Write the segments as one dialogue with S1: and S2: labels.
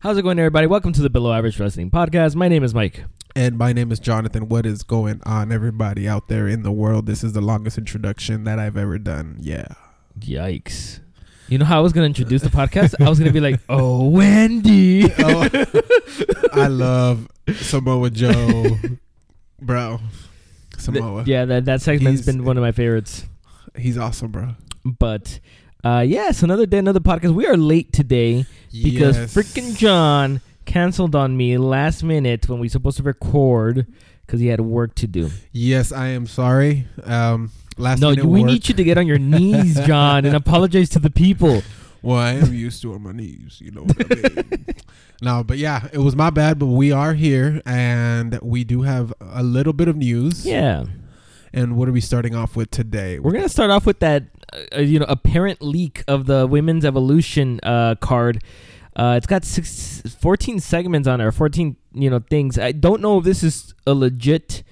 S1: How's it going, everybody? Welcome to the Below Average Wrestling Podcast. My name is Mike.
S2: And my name is Jonathan. What is going on, everybody out there in the world? This is the longest introduction that I've ever done. Yeah.
S1: Yikes. You know how I was going to introduce the podcast? I was going to be like, oh, Wendy.
S2: Oh, I love Samoa Joe, bro.
S1: Th-
S2: Samoa.
S1: yeah, that, that segment's
S2: He's-
S1: been one of my favorites.
S2: He's awesome, bro.
S1: But uh, yes, another day, another podcast. We are late today because
S2: Yes.
S1: freaking John canceled on me last minute when we were supposed to record because he had work to do.
S2: Yes, I am sorry. Um, last
S1: no,
S2: minute
S1: we
S2: work.
S1: need you to get on your knees, John, and apologize to the people.
S2: Well, I am used to on my knees, you know what I mean? no, but yeah, it was my bad, but we are here and we do have a little bit of news.
S1: Yeah.
S2: And what are we starting off with today?
S1: We're gonna start off with that, uh, uh, you know, apparent leak of the women's evolution uh, card. Uh, it's got six, 14 segments on it, or 14, you know, things. I don't know if this is a legit,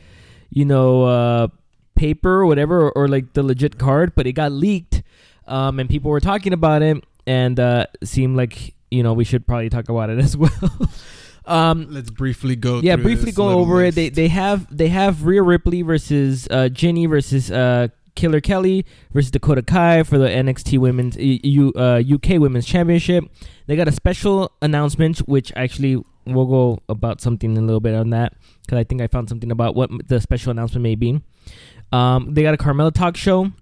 S1: you know, uh, paper or whatever, or, or like the legit card, but it got leaked, um, and people were talking about it, and uh, seemed like you know we should probably talk about it as well. um,
S2: Let's briefly go
S1: yeah,
S2: through
S1: briefly
S2: this
S1: go
S2: little
S1: over it. They
S2: list.
S1: they have they have Rhea Ripley versus uh, Ginny versus uh, Killer Kelly versus Dakota Kai for the NXT Women's E- U, uh, UK Women's Championship. They got a special announcement, which actually we'll go about something a little bit on that because I think I found something about what m- the special announcement may be. Um, they got a Carmella talk show.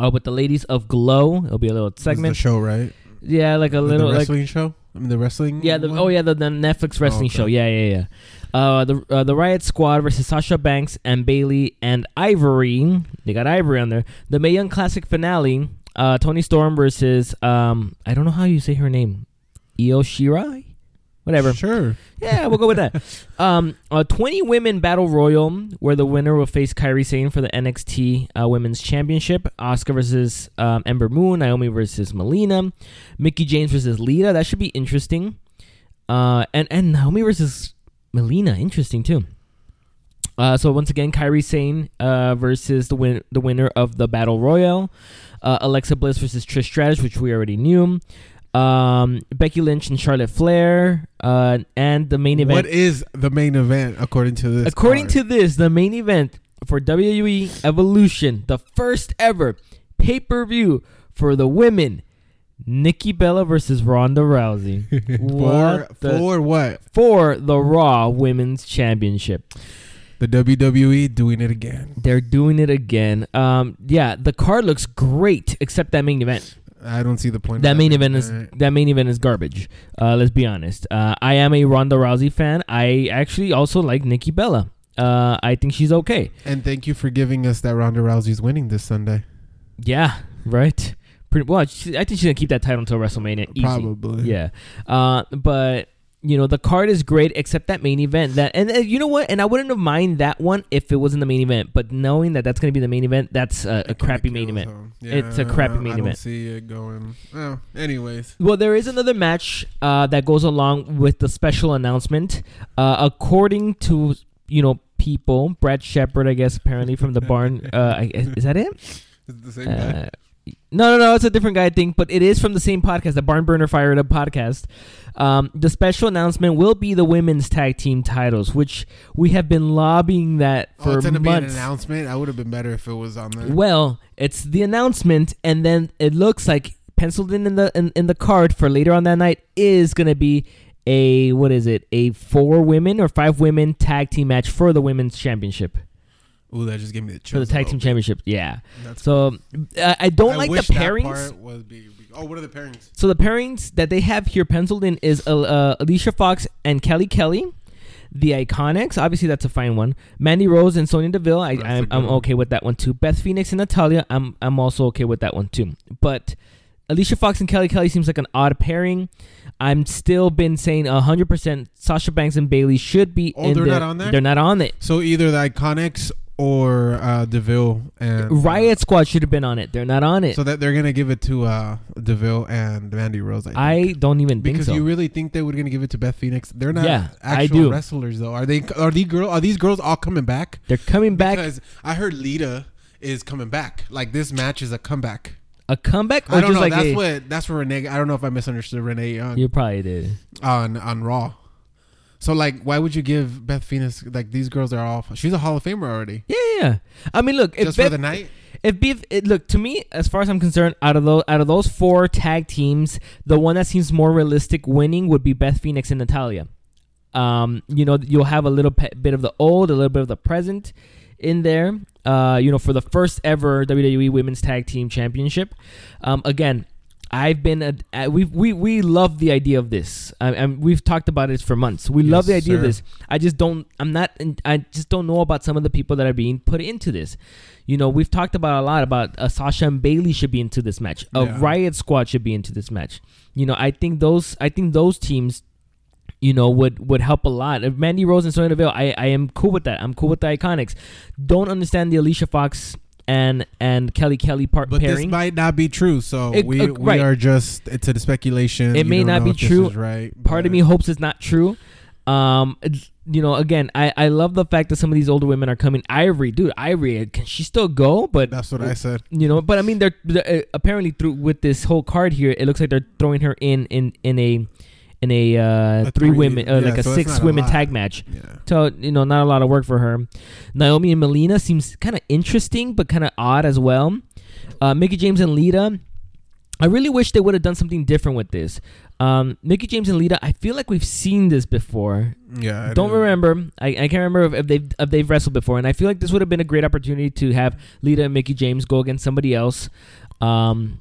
S1: Uh, with the ladies of Glow, it'll be a little
S2: This is the
S1: segment.
S2: show, right?
S1: Yeah, like a little
S2: the
S1: like
S2: wrestling show. I mean, the wrestling.
S1: yeah, the,
S2: one?
S1: oh yeah, the, the Netflix wrestling
S2: okay.
S1: show. Yeah, yeah, yeah. Uh, the uh, the Riot Squad versus Sasha Banks and Bailey and Ivory. They got Ivory on there. The Mae Young Classic finale. Uh, Tony Storm versus um, I don't know how you say her name, Io Shirai, whatever.
S2: Sure.
S1: Yeah, we'll go with that. Um, a 20 women battle royal where the winner will face Kyrie Sane for the NXT uh, Women's Championship. Oscar versus um, Ember Moon. Naomi versus Melina. Mickey James versus Lita. That should be interesting. Uh, and and Naomi versus Melina. Interesting too. Uh, so once again, Kyrie Sane uh, versus the win- the winner of the battle royal. Uh, Alexa Bliss versus Trish Stratus, which we already knew. Um, Becky Lynch and Charlotte Flair, uh, and the main event.
S2: What is the main event according to this?
S1: According
S2: card?
S1: to this, the main event for WWE Evolution, the first ever pay per view for the women, Nikki Bella versus Ronda Rousey
S2: for
S1: what the-
S2: for what
S1: for the Raw Women's Championship.
S2: the WWE doing it again.
S1: They're doing it again. Um, yeah, the card looks great, except that main event.
S2: I don't see the point. of
S1: That main event is
S2: All right.
S1: that main event is garbage. Uh, let's be honest. Uh, I am a Ronda Rousey fan. I actually also like Nikki Bella. Uh, I think she's okay.
S2: And thank you for giving us that Ronda Rousey's winning this Sunday.
S1: Yeah, right. Pretty well. She, I think she's gonna keep that title until WrestleMania. Easy.
S2: Probably.
S1: Yeah. Uh, but you know the card is great, except that main event. That and, and you know what? And I wouldn't have mind that one if it wasn't the main event. But knowing that that's gonna be the main event, that's a, a crappy main event. It's a crappy main
S2: I don't
S1: event.
S2: see it going. Oh, anyways,
S1: Well, there is another match uh, that goes along with the special announcement. Uh, according to you know people, Brad Shepard, I guess apparently from the barn. Uh, I- is that it?
S2: it's the same guy.
S1: Uh, no, no, no. It's a different guy, I think, but it is from the same podcast, the Barn Burner Fire It Up podcast. Um, the special announcement will be the women's tag team titles, which we have been lobbying that
S2: oh,
S1: for
S2: it's gonna be an
S1: months.
S2: announcement. I would have been better if it was on there.
S1: well, it's the announcement, and then it looks like penciled in in the in, in the card for later on that night is going to be a what is it? A four women or five women tag team match for the women's championship
S2: Ooh, that just gave me the chills.
S1: for the tag
S2: a
S1: team
S2: little
S1: championship. Yeah.
S2: bit. That's
S1: So I, I don't
S2: I
S1: like
S2: wish
S1: the
S2: that
S1: pairings.
S2: part was big- big- Oh, what are the pairings?
S1: So the pairings that they have here penciled in is uh, uh, Alicia Fox and Kelly Kelly, the Iconics. Obviously, that's a fine one. Mandy Rose and Sonya Deville. I,
S2: That's a
S1: I'm,
S2: good
S1: I'm
S2: one.
S1: okay with that one too. Beth Phoenix and Natalia. I'm I'm also okay with that one too. But Alicia Fox and Kelly Kelly seems like an odd pairing. I'm still been saying 100% Sasha Banks and Bailey should be
S2: Oh,
S1: in
S2: they're
S1: there.
S2: not on there?
S1: They're not on it.
S2: So either the Iconics or uh, Deville and uh,
S1: Riot Squad should have been on it. They're not on it.
S2: So that they're gonna give it to uh, Deville and Mandy Rose. I, think.
S1: I don't even think
S2: because
S1: so.
S2: you really think they were gonna give it to Beth Phoenix? They're not
S1: Yeah, I
S2: actual
S1: do.
S2: wrestlers though. Are they? Are these girl? Are these girls all coming back?
S1: they're coming back.
S2: Because I heard Lita is coming back. Like this match is a comeback.
S1: a comeback or
S2: I don't
S1: Oh, just
S2: know.
S1: like
S2: that's
S1: a-
S2: what that's what Renee. I don't know if I misunderstood Renee Young
S1: you probably did.
S2: on on Raw. So like, why would you give Beth Phoenix like these girls are all? She's a Hall of Famer already.
S1: Yeah, yeah, yeah. I mean, look, if
S2: Just for
S1: Beth,
S2: the night.
S1: if Beth, it, look to me, as far as I'm concerned, out of those out of those four tag teams, the one that seems more realistic winning would be Beth Phoenix and Natalia. Um, you know, you'll have a little pe- bit of the old, a little bit of the present in there. Uh, you know, for the first ever WWE Women's Tag Team Championship. Um, again, I've been a, a we we we love the idea of this. I, I, we've talked about it for months. We love the
S2: Yes,
S1: idea of
S2: sir.
S1: this. I just don't. I'm not. I just don't know about some of the people that are being put into this. You know, we've talked about a lot about uh, Sasha and Bailey should be into this match. A
S2: Yeah.
S1: Riot Squad should be into this match. You know, I think those. I think those teams. You know, would would help a lot. If Mandy Rose and Sonya Deville, I I am cool with that. I'm cool with the Iconics. Don't understand the Alicia Fox and and Kelly Kelly part
S2: But
S1: pairing.
S2: this might not be true. So
S1: It-
S2: we
S1: uh,
S2: we
S1: right.
S2: are just it's a speculation.
S1: It
S2: You
S1: may
S2: don't
S1: not
S2: know
S1: be
S2: if this
S1: true.
S2: is right?
S1: part of
S2: but-
S1: me hopes it's not true. Um, it's- you know, again, I, I love the fact that some of these older women are coming. Ivory, dude, Ivory, can she still go? But
S2: That's what I said.
S1: you know, but I mean, they're, they're uh, apparently through with this whole card here. It looks like they're throwing her in in in a in a, uh,
S2: A
S1: three,
S2: three-
S1: women uh,
S2: yeah,
S1: like a
S2: so it's
S1: six
S2: not a
S1: women
S2: lot.
S1: tag match.
S2: Yeah.
S1: So you know, not a lot of work for her. Naomi and Melina seems kind of interesting, but kind of odd as well. Uh, Mickey James and Lita. I really wish they would have done something different with this. Um, Mickey James and Lita. I feel like we've seen this before.
S2: Yeah. I
S1: Don't
S2: do.
S1: remember. I, I can't remember if, if they've if they've wrestled before, and I feel like this would have been a great opportunity to have Lita and Mickey James go against somebody else. Um,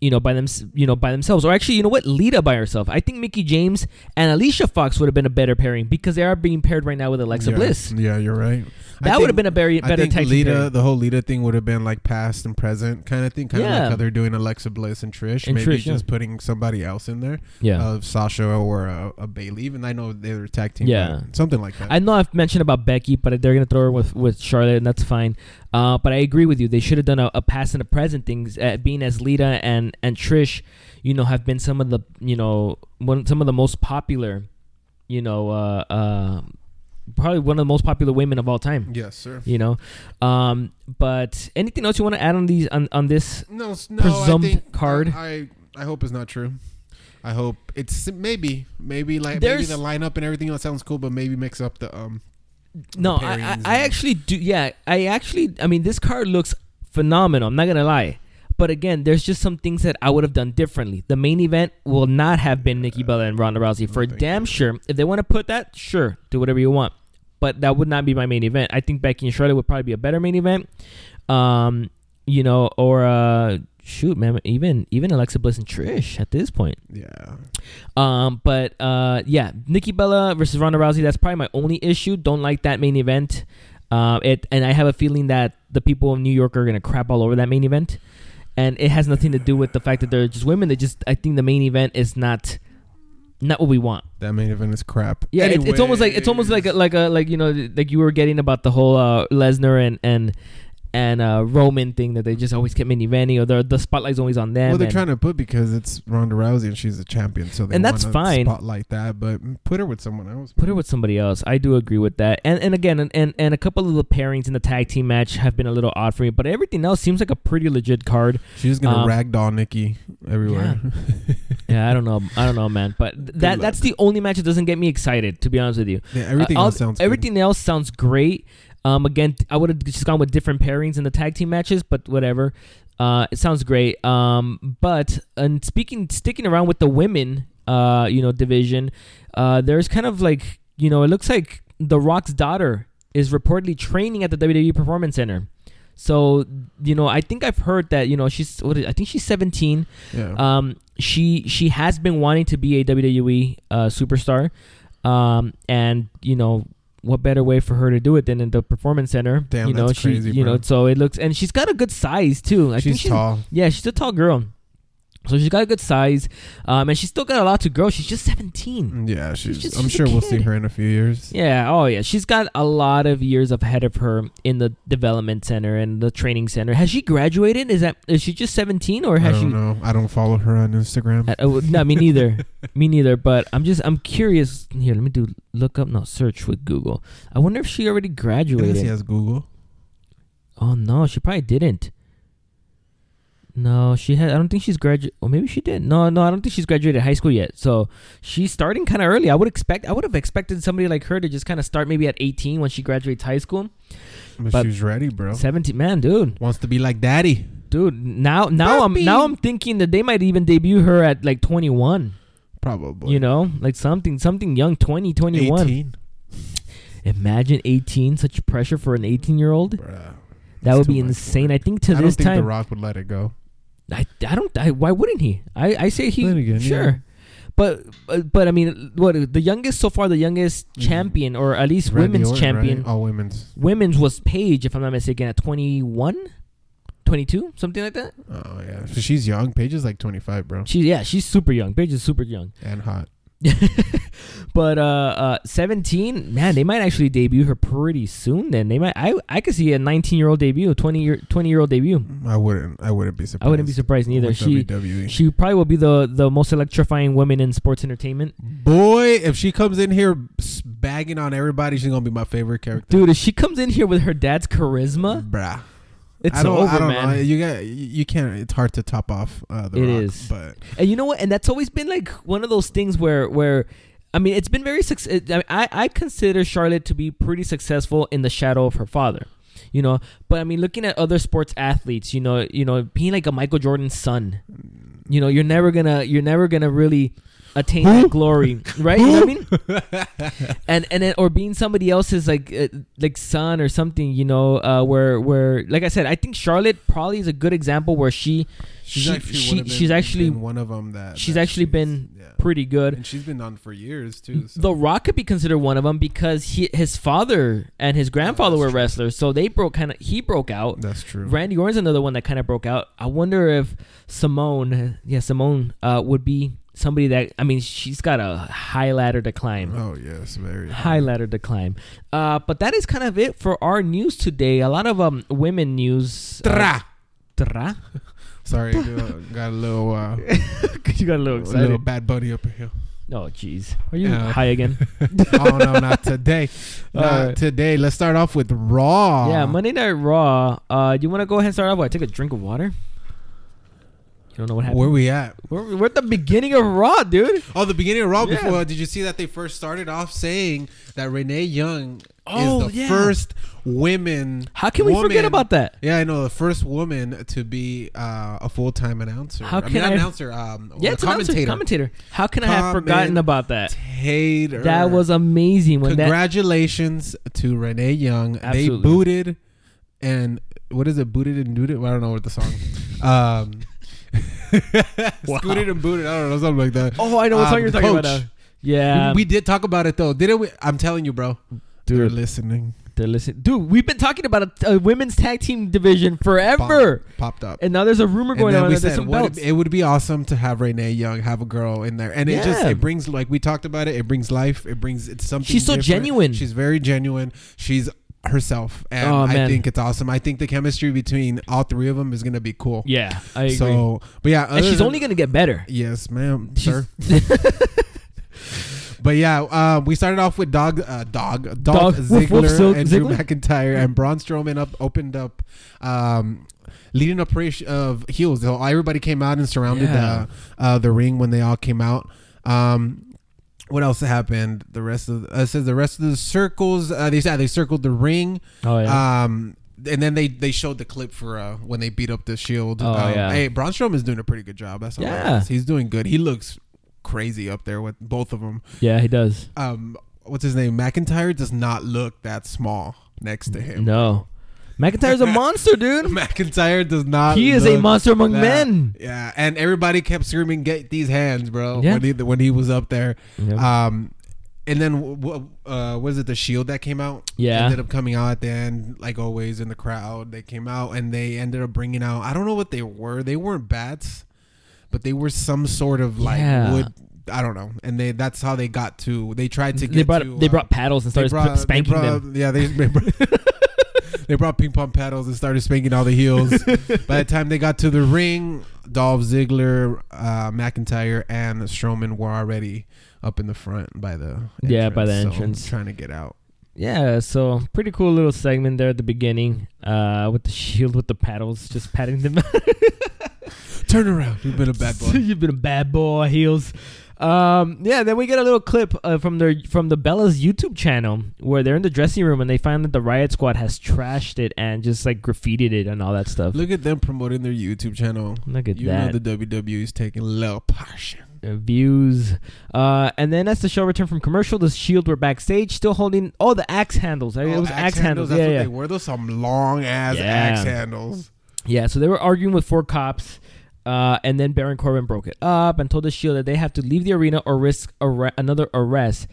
S1: you know, by them, you know, by themselves, or actually, you know what, Lita by herself. I think Mickey James and Alicia Fox would have been a better pairing because they are being paired right now with Alexa
S2: yeah.
S1: Bliss.
S2: Yeah, you're right. I
S1: That would have
S2: think-
S1: been a very,
S2: I
S1: better
S2: think
S1: tag team
S2: Lita,
S1: pairing.
S2: the whole Lita thing would have been like past and present kind of thing, kind of
S1: Yeah.
S2: like how they're doing Alexa Bliss and Trish.
S1: And
S2: Maybe
S1: Trish, yeah.
S2: just putting somebody else in there,
S1: Yeah,
S2: of Sasha or uh, a, a Bailey. Even I know they were a tag team,
S1: Yeah.
S2: but something like that.
S1: I know I've mentioned about Becky, but they're gonna throw her with with Charlotte, and that's fine. Uh, but I agree with you. They should have done a, a past and a present things. Uh, being as Lita and and Trish, you know, have been some of the you know one some of the most popular, you know, uh, uh, probably one of the most popular women of all time.
S2: yes, sir.
S1: You know, um, but anything else you want to add on these on, on this?
S2: No, s- no.
S1: Presumed
S2: I think,
S1: card.
S2: I I hope it's not true. I hope it's maybe maybe like
S1: There's-
S2: maybe the lineup and everything else sounds cool, but maybe mix up the um. the
S1: No, I, I,
S2: pairings
S1: I
S2: and-
S1: actually do. Yeah, I actually. I mean, this card looks phenomenal. I'm not gonna lie. But again, there's just some things that I would have done differently. The main event will not have been Nikki Bella and Ronda Rousey for
S2: no, thank
S1: damn sure. If they want to put that, sure, do whatever you want. But that would not be my main event. I think Becky and Charlotte would probably be a better main event. Um, you know, or uh, shoot, man, even even Alexa Bliss and Trish at this point.
S2: Yeah.
S1: Um, but uh, yeah, Nikki Bella versus Ronda Rousey. That's probably my only issue. Don't like that main event. Uh, it and I have a feeling that the people of New York are gonna crap all over that main event, and it has nothing to do with the fact that they're just women. They just I think the main event is not not what we want.
S2: That main event is crap.
S1: Yeah, it's, it's almost like it's almost like a,
S2: Anyways.
S1: like a like you know like you were getting about the whole uh, Lesnar and and and uh, Roman thing that they just always kept main eventing or the the spotlight's always on them.
S2: well, they're
S1: and-
S2: trying to put because it's Ronda Rousey and she's a champion, so they
S1: And that's
S2: wanna
S1: fine.
S2: Spotlight that, but put her with someone else.
S1: Put her with somebody else. I do agree with that. And and again, and, and, and a couple of the pairings in the tag team match have been a little odd for me, but everything else seems like a pretty legit card.
S2: She's gonna
S1: Um,
S2: ragdoll Nikki everywhere.
S1: Yeah, I don't know. I don't know, man. But th-
S2: Good
S1: that
S2: luck.
S1: that's the only match that doesn't get me excited, to be honest with you.
S2: Yeah, everything
S1: Uh, all-
S2: else sounds.
S1: everything else sounds great. Um, again, t- I would have just gone with different pairings in the tag team matches, but whatever. Uh, it sounds great. Um, but and speaking, sticking around with the women, uh, you know, division, uh, there's kind of like you know, it looks like The Rock's daughter is reportedly training at the WWE Performance Center. So you know, I think I've heard that you know she's what is, I think she's 17.
S2: Good. Yeah.
S1: Um, she she has been wanting to be a WWE uh, superstar, um, and you know what better way for her to do it than in the performance center?
S2: Damn,
S1: you know
S2: that's
S1: she
S2: crazy,
S1: you know
S2: bro.
S1: so it looks and she's got a good size too. I think
S2: she's tall.
S1: Yeah, she's a tall girl. So she's got a good size, um, and she's still got a lot to grow. She's just seventeen.
S2: Mm, Yeah, she's.
S1: just-
S2: I'm
S1: she's a
S2: sure we'll see
S1: kid.
S2: her in a few years.
S1: Yeah, oh yeah, she's got a lot of years ahead of her in the development center and the training center. Has she graduated? Is that is she just seventeen or
S2: I
S1: has
S2: don't
S1: she?
S2: know. I don't follow her on Instagram.
S1: I- I would- uh, no, me neither. me neither. But I'm just I'm curious. Here, let me do look up. No, search with Google. I wonder if she already
S2: Unless
S1: graduated.
S2: he has Google.
S1: Oh no, she probably didn't. No, she had. I don't think she's graduated. Or maybe she did. No, no, I don't think she's graduated high school yet. So she's starting kind of early. I would expect. I would have expected somebody like her to just kind of start maybe at 18 when she graduates high school.
S2: But,
S1: But-
S2: she's ready, bro.
S1: 17, man, dude,
S2: Wants to be like daddy.
S1: dude. Now, now I'm
S2: Puppy.
S1: now I'm thinking that they might even debut her at like 21.
S2: Probably.
S1: You know, like something, something young, 20, 21.
S2: 18.
S1: Imagine 18. Such pressure for an 18 year old.
S2: Bruh.
S1: That
S2: It's
S1: would
S2: too
S1: be
S2: much
S1: insane.
S2: work.
S1: I think to
S2: I
S1: this
S2: don't think The
S1: time,
S2: Rock would let it go.
S1: I, I don't. I, why wouldn't he? I, I say he.
S2: Then again,
S1: sure.
S2: yeah.
S1: But, but but I mean, what the youngest so far, the youngest
S2: Mhm.
S1: champion or at least
S2: Randy
S1: women's
S2: Orton,
S1: champion,
S2: right? Oh. All women's.
S1: women's was Paige, if I'm not mistaken, at 21, 22, something like that.
S2: Oh yeah, so she's young. Paige is like 25, bro,
S1: She yeah, she's super young. Paige is super young.
S2: and hot.
S1: But uh, uh, 17, man, they might actually debut her pretty soon. Then they might. I I could see a 19 year old debut, 20 year 20 year old debut.
S2: I wouldn't. I wouldn't be surprised.
S1: I wouldn't be surprised neither.
S2: with E.
S1: She
S2: WWE.
S1: she probably will be the the most electrifying woman in sports entertainment.
S2: Boy, if she comes in here s- bagging on everybody, she's gonna be my favorite character.
S1: Dude, if she comes in here with her dad's charisma,
S2: Bruh,
S1: it's
S2: I don't,
S1: over,
S2: I don't
S1: man.
S2: know. You got, you- you can't. It's hard to top off. Uh,
S1: It
S2: the Rock,
S1: is.
S2: but
S1: And you know what? And that's always been like one of those things where where I mean, it's been very success. I, I I consider Charlotte to be pretty successful in the shadow of her father. You know, but I mean, looking at other sports athletes, you know, you know, being like a Michael Jordan's son, you know, you're never gonna, you're never gonna really attain that glory, right? You know what I mean? and and then, or being somebody else's like uh, like son or something, you know, uh, where where like I said, I think Charlotte probably is a good example where she She- she-
S2: one of
S1: she's actually-
S2: been one of them that
S1: she's
S2: that
S1: actually been
S2: yeah.
S1: pretty good.
S2: and she's been on for years too. So.
S1: The Rock could be considered one of them because he, his father and his grandfather
S2: that's
S1: were
S2: true.
S1: wrestlers, so they broke kind of he broke out.
S2: That's true.
S1: Randy Orton's another one that kind of broke out. I wonder if Simone, yeah, Simone uh, would be somebody that I mean, she's got a high ladder to climb.
S2: Oh yes, very
S1: High ladder to climb, uh, but that is kind of it for our news today. A lot of um women news. uh,
S2: Tra.
S1: tra.
S2: Sorry, uh, got a little, uh,
S1: you got a little
S2: a little
S1: excited.
S2: bad buddy up in here.
S1: Oh, jeez, are you
S2: Yeah.
S1: high again?
S2: oh no, not today,
S1: All
S2: not
S1: right.
S2: today. Let's start off with Raw.
S1: Yeah, Monday Night Raw. Uh, do you want to go ahead and start off? I take a drink of water. You don't know what happened.
S2: Where we at?
S1: We're, we're at the beginning of Raw, dude.
S2: Oh, the beginning of Raw
S1: Yeah.
S2: before. Did you see that they first started off saying that Renee Young
S1: Oh,
S2: is the
S1: yeah.
S2: first women?
S1: How can we forget
S2: woman-
S1: about that?
S2: Yeah, I know the first woman to be uh, a full time announcer.
S1: How
S2: I mean,
S1: can
S2: not
S1: I-
S2: announcer? Um,
S1: Yeah,
S2: a
S1: it's commentator.
S2: commentator.
S1: commentator. How can I have forgotten about that?
S2: Commentator.
S1: That was amazing when that
S2: Congratulations to Renee Young.
S1: Absolutely.
S2: They booted and what is it? Booted and dooted? I don't know what the song. um,
S1: Wow.
S2: Scooted and booted. I don't know something like that.
S1: Oh, I know what
S2: Um,
S1: song you're
S2: the
S1: talking
S2: coach.
S1: about. now. Yeah,
S2: we did talk about it though, didn't we? I'm telling you, bro. They're
S1: Um, dude,
S2: listening.
S1: they're listening. Dude, we've been talking about a, a women's tag team division forever,
S2: Bomb. popped up.
S1: and now there's a rumor
S2: And
S1: going
S2: then
S1: on
S2: we
S1: that there's
S2: said
S1: some
S2: what,
S1: belts.
S2: it would be awesome to have Renee Young have a girl in there, and it just
S1: Yeah.
S2: it brings like we talked about it. It brings life. It brings it's something.
S1: She's so
S2: different.
S1: genuine.
S2: She's very genuine. She's herself, and
S1: Oh,
S2: I
S1: man.
S2: think it's awesome. I think the chemistry between all three of them is gonna be cool.
S1: yeah, I agree.
S2: So, but yeah,
S1: and she's only gonna get better.
S2: yes, ma'am,
S1: She's-
S2: sir. But yeah, uh, we started off with dog, uh, dog,
S1: Dog.
S2: Dolph
S1: Woof,
S2: Ziggler
S1: woof, Zil-
S2: and Drew
S1: Ziggler?
S2: McIntyre, and Braun Strowman up opened up, um, leading a parade of heels. So everybody came out and surrounded
S1: Yeah.
S2: the uh, the ring when they all came out. Um, what else happened? The rest of uh, it says the rest of the circles. Uh, they said they circled the ring.
S1: Oh yeah.
S2: Um, and then they, they showed the clip for uh, when they beat up the Shield.
S1: Oh,
S2: um,
S1: yeah.
S2: Hey, Braun Strowman's doing a pretty good job. That's all. I
S1: Yeah.
S2: guess. He's doing good. He looks crazy up there with both of them.
S1: yeah, he does.
S2: Um, what's his name? McIntyre does not look that small next to him.
S1: No. McIntyre's a monster, dude.
S2: McIntyre does not.
S1: He is a
S2: look
S1: monster among
S2: that-
S1: men.
S2: Yeah, and everybody kept screaming, "Get these hands, bro!"
S1: Yeah.
S2: When he when he was up there.
S1: Yep.
S2: Um, and then w- w- uh, was it the shield that came out?
S1: Yeah.
S2: ended up coming out at the end, like always in the crowd. They came out and they ended up bringing out. I don't know what they were. They weren't bats, but they were some sort of like
S1: Yeah.
S2: wood. I don't know. And they that's how they got to. They tried to get.
S1: they brought
S2: to,
S1: they
S2: uh,
S1: brought paddles and started sp- spanking
S2: they brought,
S1: them.
S2: Yeah, they, they brought, they brought ping pong paddles and started spanking all the heels. By the time they got to the ring, Dolph Ziggler, uh, McIntyre, and Strowman were already up in the front by the
S1: Yeah, by the
S2: so
S1: entrance.
S2: trying to get out.
S1: Yeah, so pretty cool little segment there at the beginning, uh, with the shield with the paddles, just patting them.
S2: Turn around. You've been a bad boy.
S1: You've been a bad boy, heels. Um, yeah, then we get a little clip uh, from their from the Bella's YouTube channel where they're in the dressing room and they find that the Riot Squad has trashed it and just like graffitied it and all that stuff.
S2: Look at them promoting their YouTube channel.
S1: Look at
S2: you
S1: that
S2: know the WWE is taking a little portion.
S1: Uh, views. Uh, and then as the show returned from commercial, the Shield were backstage still holding oh the axe handles. I- it was axe, handles.
S2: Oh, That's
S1: Yeah,
S2: what
S1: yeah.
S2: they were. Those some long ass
S1: Yeah.
S2: axe handles.
S1: Yeah, so they were arguing with four cops, uh, and then Baron Corbin broke it up and told the Shield that they have to leave the arena or risk arre- another arrest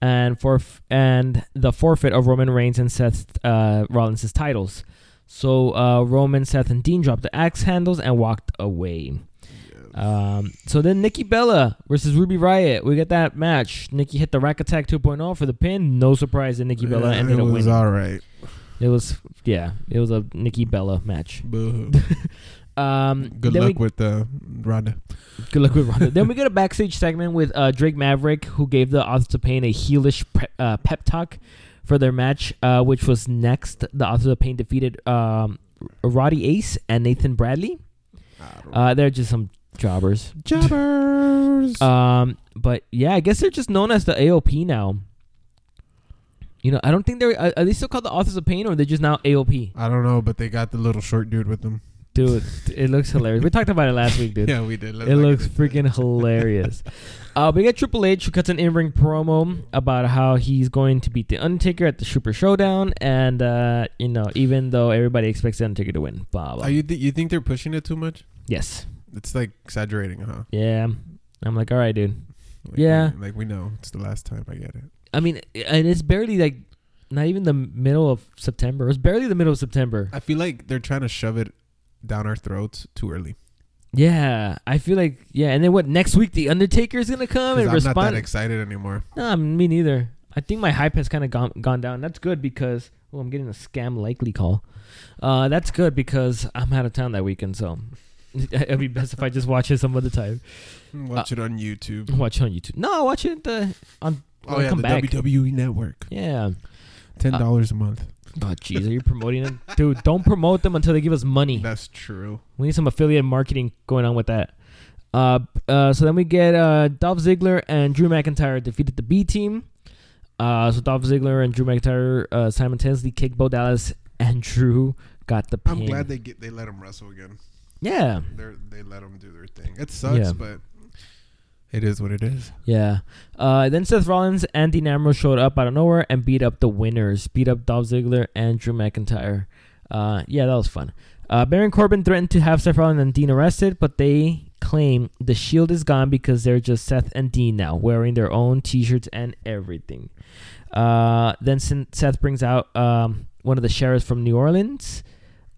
S1: and forf- and the forfeit of Roman Reigns and Seth uh, Rollins' titles. So uh, Roman, Seth, and Dean dropped the axe handles and walked away. Um, so then Nikki Bella versus Ruby Riot. We get that match. Nikki hit the Rack Attack 2.0 for the pin. No surprise that Nikki Bella
S2: Yeah,
S1: ended
S2: it
S1: up
S2: was uh,
S1: winning.
S2: all right.
S1: It was yeah, it was a Nikki Bella match.
S2: Boo.
S1: Um,
S2: Good
S1: then
S2: luck
S1: we-
S2: with uh, the Ronda.
S1: Good luck with Ronda. then we get a backstage segment with uh, Drake Maverick, who gave the Authors of Pain a heelish pre- uh, pep talk for their match, uh, which was next. The Authors of Pain defeated um, Roddy Ace and Nathan Bradley. Uh, they're just some jobbers.
S2: Jobbers.
S1: Um, but yeah, I guess they're just known as the AOP now. You know, I don't think they're. Are, are they still called the Authors of Pain, or are they just now AOP?
S2: I don't know, but they got the little short dude with them.
S1: Dude, it looks hilarious. We talked about it last week, dude.
S2: Yeah, we did. Let's
S1: it
S2: not
S1: looks
S2: get into
S1: freaking hilarious. Uh, we got Triple H who cuts an in-ring promo about how he's going to beat the Undertaker at the Super Showdown, and uh, you know, even though everybody expects the Undertaker to win, blah
S2: that.
S1: blah.
S2: Are Uh, you th- you think they're pushing it too much?
S1: yes,
S2: It's like exaggerating, huh?
S1: yeah. I'm like, all right, dude.
S2: Like,
S1: Yeah.
S2: we- Like we know it's the last time I get it.
S1: I mean, and it's barely like, not even the middle of September. It was barely the middle of September.
S2: I feel like they're trying to shove it down our throats too early.
S1: Yeah, I feel like yeah. And then what? Next week, the Undertaker is gonna come
S2: 'Cause
S1: and
S2: I'm not that
S1: respond.
S2: excited anymore.
S1: Nah, me neither. I think my hype has kind of gone gone down. That's good because oh, I'm getting a scam likely call. Uh, that's good because I'm out of town that weekend, so it'd be best if I just watch it some other time.
S2: Hmm, Watch
S1: Uh,
S2: it on YouTube.
S1: Watch it on YouTube. No, watch it uh, on.
S2: Oh
S1: when I
S2: yeah,
S1: come
S2: the
S1: back. Uh,
S2: WWE Network.
S1: Yeah.
S2: Ten dollars a month.
S1: Oh, jeez, are you promoting them, dude? Don't promote them until they give us money.
S2: That's true.
S1: We need some affiliate marketing going on with that. Uh, uh, so then we get uh, Dolph Ziggler and Drew McIntyre defeated the B team. Uh, so Dolph Ziggler and Drew McIntyre uh, simultaneously kicked Bo Dallas, and Drew got the
S2: I'm
S1: pin.
S2: glad they get they let him wrestle again.
S1: yeah,
S2: They they let him do their thing. It sucks,
S1: Yeah.
S2: but it is what it is.
S1: yeah. Uh, then Seth Rollins and Dean Ambrose showed up out of nowhere and beat up the winners. Beat up Dolph Ziggler and Drew McIntyre. Uh, yeah, that was fun. Uh, Baron Corbin threatened to have Seth Rollins and Dean arrested, but they claim the shield is gone because they're just Seth and Dean now, wearing their own T-shirts and everything. Uh, then Sin- Seth brings out um, one of the sheriffs from New Orleans,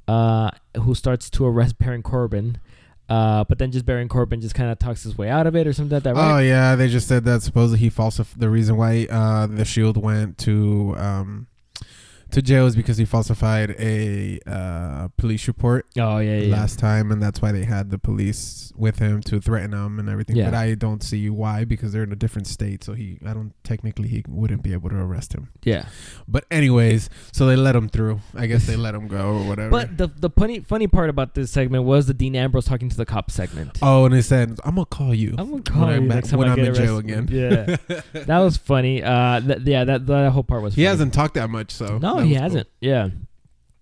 S1: uh, who starts to arrest Baron Corbin. Uh, but then just Baron Corbin just kind of talks his way out of it or something like that, right?
S2: Oh yeah, they just said that supposedly he falsified the reason why uh, the Shield went to um, to jail is because he falsified a uh, police report
S1: Oh, yeah, yeah.
S2: last time, and that's why they had the police with him to threaten him and everything.
S1: Yeah.
S2: But I don't see why because they're in a different state, so he I don't technically he wouldn't be able to arrest him.
S1: yeah.
S2: But anyways, so they let him through. I guess they let him go or whatever.
S1: But the the funny funny part about this segment was the Dean Ambrose talking to the cop segment.
S2: oh, and they said I'm gonna call you.
S1: I'm gonna
S2: when
S1: call
S2: I'm
S1: you
S2: back-
S1: next time
S2: when
S1: I
S2: I'm
S1: get
S2: in jail
S1: arrested.
S2: again.
S1: Yeah, that was funny. Uh, th- yeah, that that whole part was.
S2: He
S1: funny.
S2: hasn't talked that much, so
S1: No,
S2: that
S1: he
S2: was cool.
S1: hasn't. Yeah.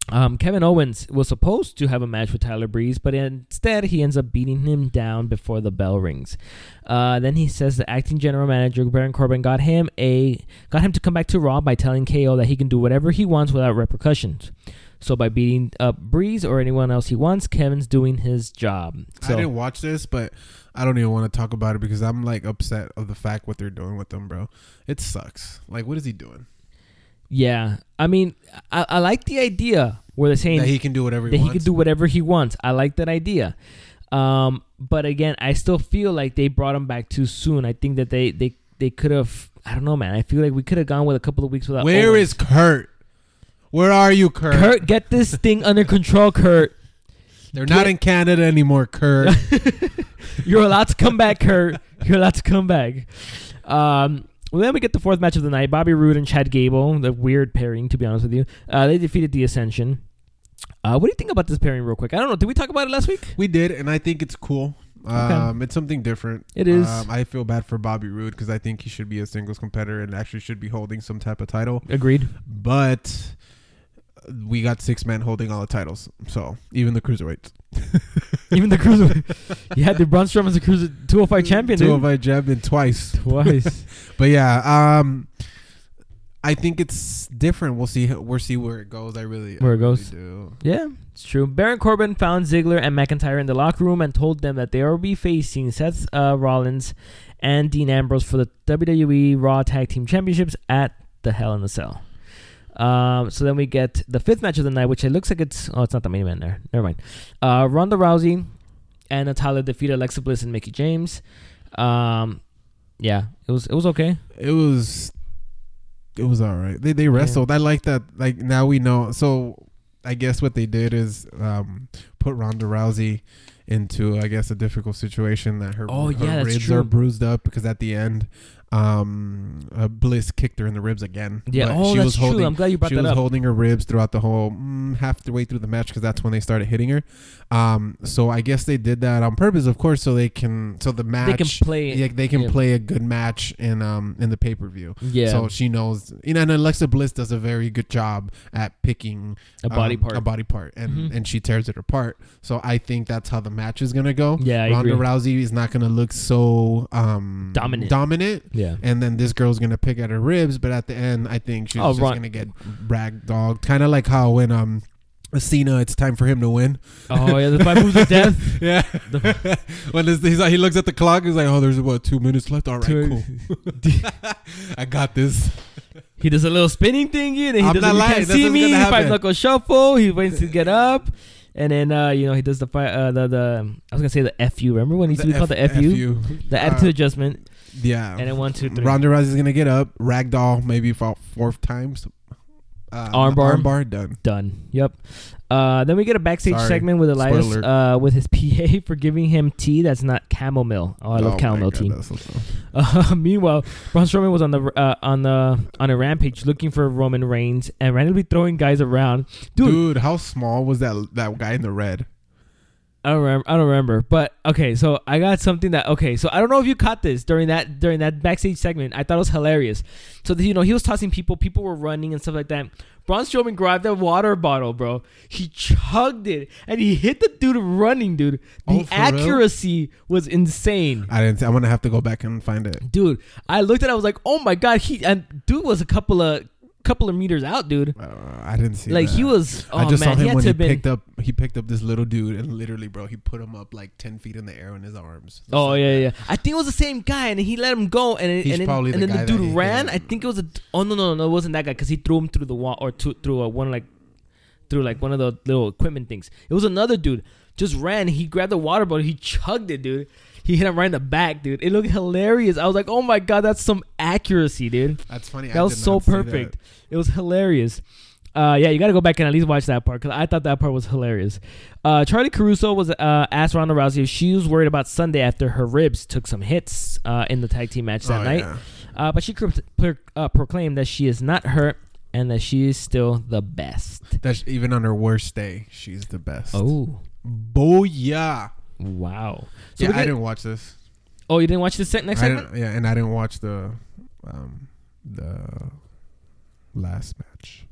S1: Um, Kevin Owens was supposed to have a match with Tyler Breeze, but instead he ends up beating him down before the bell rings. Uh, then he says the acting general manager Baron Corbin got him a got him to come back to Raw by telling KO that he can do whatever he wants without repercussions. So by beating up Breeze or anyone else he wants, Kevin's doing his job. So
S2: I didn't watch this, but I don't even want to talk about it because I'm like upset of the fact what they're doing with them, bro. It sucks. Like, what is he doing?
S1: yeah, I mean, I, I like the idea where they're saying
S2: that he can do whatever
S1: that
S2: he
S1: he
S2: wants.
S1: could do whatever he wants. I like that idea. Um, but again, I still feel like they brought him back too soon. I think that they they they could have. I don't know, man. I feel like we could have gone with a couple of weeks without.
S2: Where
S1: Owens.
S2: is Kurt? Where are you, Kurt?
S1: Kurt? Get this thing under control, Kurt.
S2: They're not in Canada anymore, Kurt.
S1: You're allowed to come back, Kurt. You're allowed to come back. Um, well, then we get the fourth match of the night: Bobby Roode and Chad Gable. The weird pairing, to be honest with you. Uh, they defeated the Ascension. Uh, what do you think about this pairing, real quick? I don't know. Did we talk about it last week?
S2: We did, and I think it's cool. Um, It's something different.
S1: It is.
S2: Um, I feel bad for Bobby Roode because I think he should be a singles competitor and actually should be holding some type of title.
S1: Agreed.
S2: But we got six men holding all the titles, so even the cruiserweights.
S1: Even the cruiserweight. you had the Braun Strowman's a cruiser 205 champion.
S2: Two
S1: dude.
S2: of I jabbed in twice.
S1: Twice.
S2: But yeah, um, I think it's different. We'll see. We'll see where it goes. I really
S1: Where it
S2: I really
S1: goes.
S2: do.
S1: yeah, it's true. Baron Corbin found Ziggler and McIntyre in the locker room and told them that they will be facing Seth uh, Rollins and Dean Ambrose for the WWE Raw Tag Team Championships at the Hell in a Cell. Um, so then we get the fifth match of the night, which it looks like it's oh, it's not the main event there. Never mind. Uh, Ronda Rousey and Natalya defeated Alexa Bliss and Mickey James. Um, yeah, it was it was okay.
S2: It was, it was all right. They they wrestled. I like that. Like now we know. So I guess what they did is um put Ronda Rousey into I guess a difficult situation that her
S1: Oh,
S2: her
S1: yeah, that's
S2: ribs
S1: true.
S2: are bruised up because at the end, um, uh, Bliss kicked her in the ribs again.
S1: Yeah,
S2: But
S1: oh,
S2: she
S1: that's
S2: was
S1: true.
S2: holding
S1: I'm glad you brought
S2: she
S1: that
S2: was
S1: up.
S2: holding her ribs throughout the whole mm, half the way through the match because that's when they started hitting her. Um, so I guess they did that on purpose, of course, so they can so the match
S1: they can play.
S2: yeah, they can
S1: yeah.
S2: play a good match in um in the pay per view.
S1: Yeah,
S2: So she knows, you know, and Alexa Bliss does a very good job at picking
S1: a body
S2: um,
S1: part.
S2: a body part, and
S1: Mhm.
S2: and she tears it apart. So I think that's how the match is gonna go.
S1: yeah, I
S2: Ronda
S1: agree.
S2: Rousey is not gonna look so um
S1: Dominant.
S2: dominant,
S1: yeah.
S2: and then this girl's gonna pick at her ribs, but at the end, I think she's
S1: Oh,
S2: just
S1: Ron-
S2: gonna get ragdolled, kind of like how when um Cena, it's time for him to win.
S1: Oh yeah, the five moves of death.
S2: Yeah, when it's, he's like, he looks at the clock, he's like, "Oh, there's what two minutes left. All right,
S1: Two-
S2: cool, I got this."
S1: He does a little spinning thingy, and then he
S2: I'm
S1: doesn't
S2: not
S1: he
S2: lying,
S1: can't
S2: that's
S1: see
S2: what's
S1: me.
S2: gonna happen.
S1: Five knuckle shuffle. He waits to get up, and then uh, you know he does the fi- uh, the the I was gonna say the fu. Remember when he used to be called the
S2: F-
S1: fu,
S2: FU.
S1: the
S2: Uh,
S1: attitude adjustment,
S2: yeah.
S1: and then one two three.
S2: Ronda Rousey's gonna get up, ragdoll maybe for fourth times. Uh,
S1: Armbar.
S2: armbar done.
S1: Done. Yep. Uh, then we get a backstage
S2: Sorry.
S1: segment with Elias
S2: Spoiler
S1: uh, with his PA for giving him tea that's not chamomile. Oh, I love
S2: my
S1: chamomile
S2: God,
S1: tea.
S2: that's so-
S1: Uh, meanwhile, Braun Strowman was on the uh, on the on a rampage looking for Roman Reigns and randomly throwing guys around. Dude,
S2: Dude, how small was that that guy in the red?
S1: I don't remember. I don't remember. But okay, so I got something that okay. So I don't know if you caught this during that during that backstage segment. I thought it was hilarious. So you know he was tossing people. People were running and stuff like that. Braun Strowman grabbed that water bottle, bro. He chugged it and he hit the dude running, dude.
S2: Oh,
S1: The
S2: for real?
S1: accuracy was insane.
S2: I didn't. See, I'm gonna have to go back and find it.
S1: dude i looked at it, i was like oh my god he and dude was a couple of couple of meters out dude
S2: Uh, I didn't see.
S1: like he
S2: that.
S1: was oh
S2: uh, I just
S1: man
S2: saw
S1: he
S2: him
S1: had to
S2: when he
S1: have been
S2: picked up. He picked up this little dude and literally, bro, he put him up like ten feet in the air in his arms. Just
S1: oh
S2: like
S1: yeah
S2: that.
S1: yeah i think it was the same guy and he let him go and, it-
S2: He's
S1: and, then-
S2: probably
S1: and
S2: the
S1: then the
S2: guy
S1: dude
S2: that he
S1: ran
S2: hit.
S1: i think it was a oh no no no it wasn't that guy because he threw him through the wall or to, through a one like through like one of the little equipment things it was another dude just ran he grabbed the water bottle he chugged it dude he hit him right in the back dude it looked hilarious i was like oh my god that's some accuracy dude
S2: That's funny. I
S1: that was
S2: did
S1: so
S2: not see that.
S1: perfect. It was hilarious. Uh, yeah, you got to go back and at least watch that part because I thought that part was hilarious. Uh, Charlie Caruso was uh, asked Ronda Rousey if she was worried about Sunday after her ribs took some hits uh, in the tag team match that
S2: Oh,
S1: night.
S2: yeah.
S1: Uh, but she cr- pl- uh, proclaimed that she is not hurt and that she is still the best.
S2: That's even on her worst day, she's the best.
S1: Oh,
S2: Booyah!
S1: wow. So
S2: Yeah,
S1: we
S2: I
S1: get-
S2: didn't watch this.
S1: oh, you didn't watch the se- next
S2: I
S1: segment?
S2: didn't, yeah, and I didn't watch the um, the last match.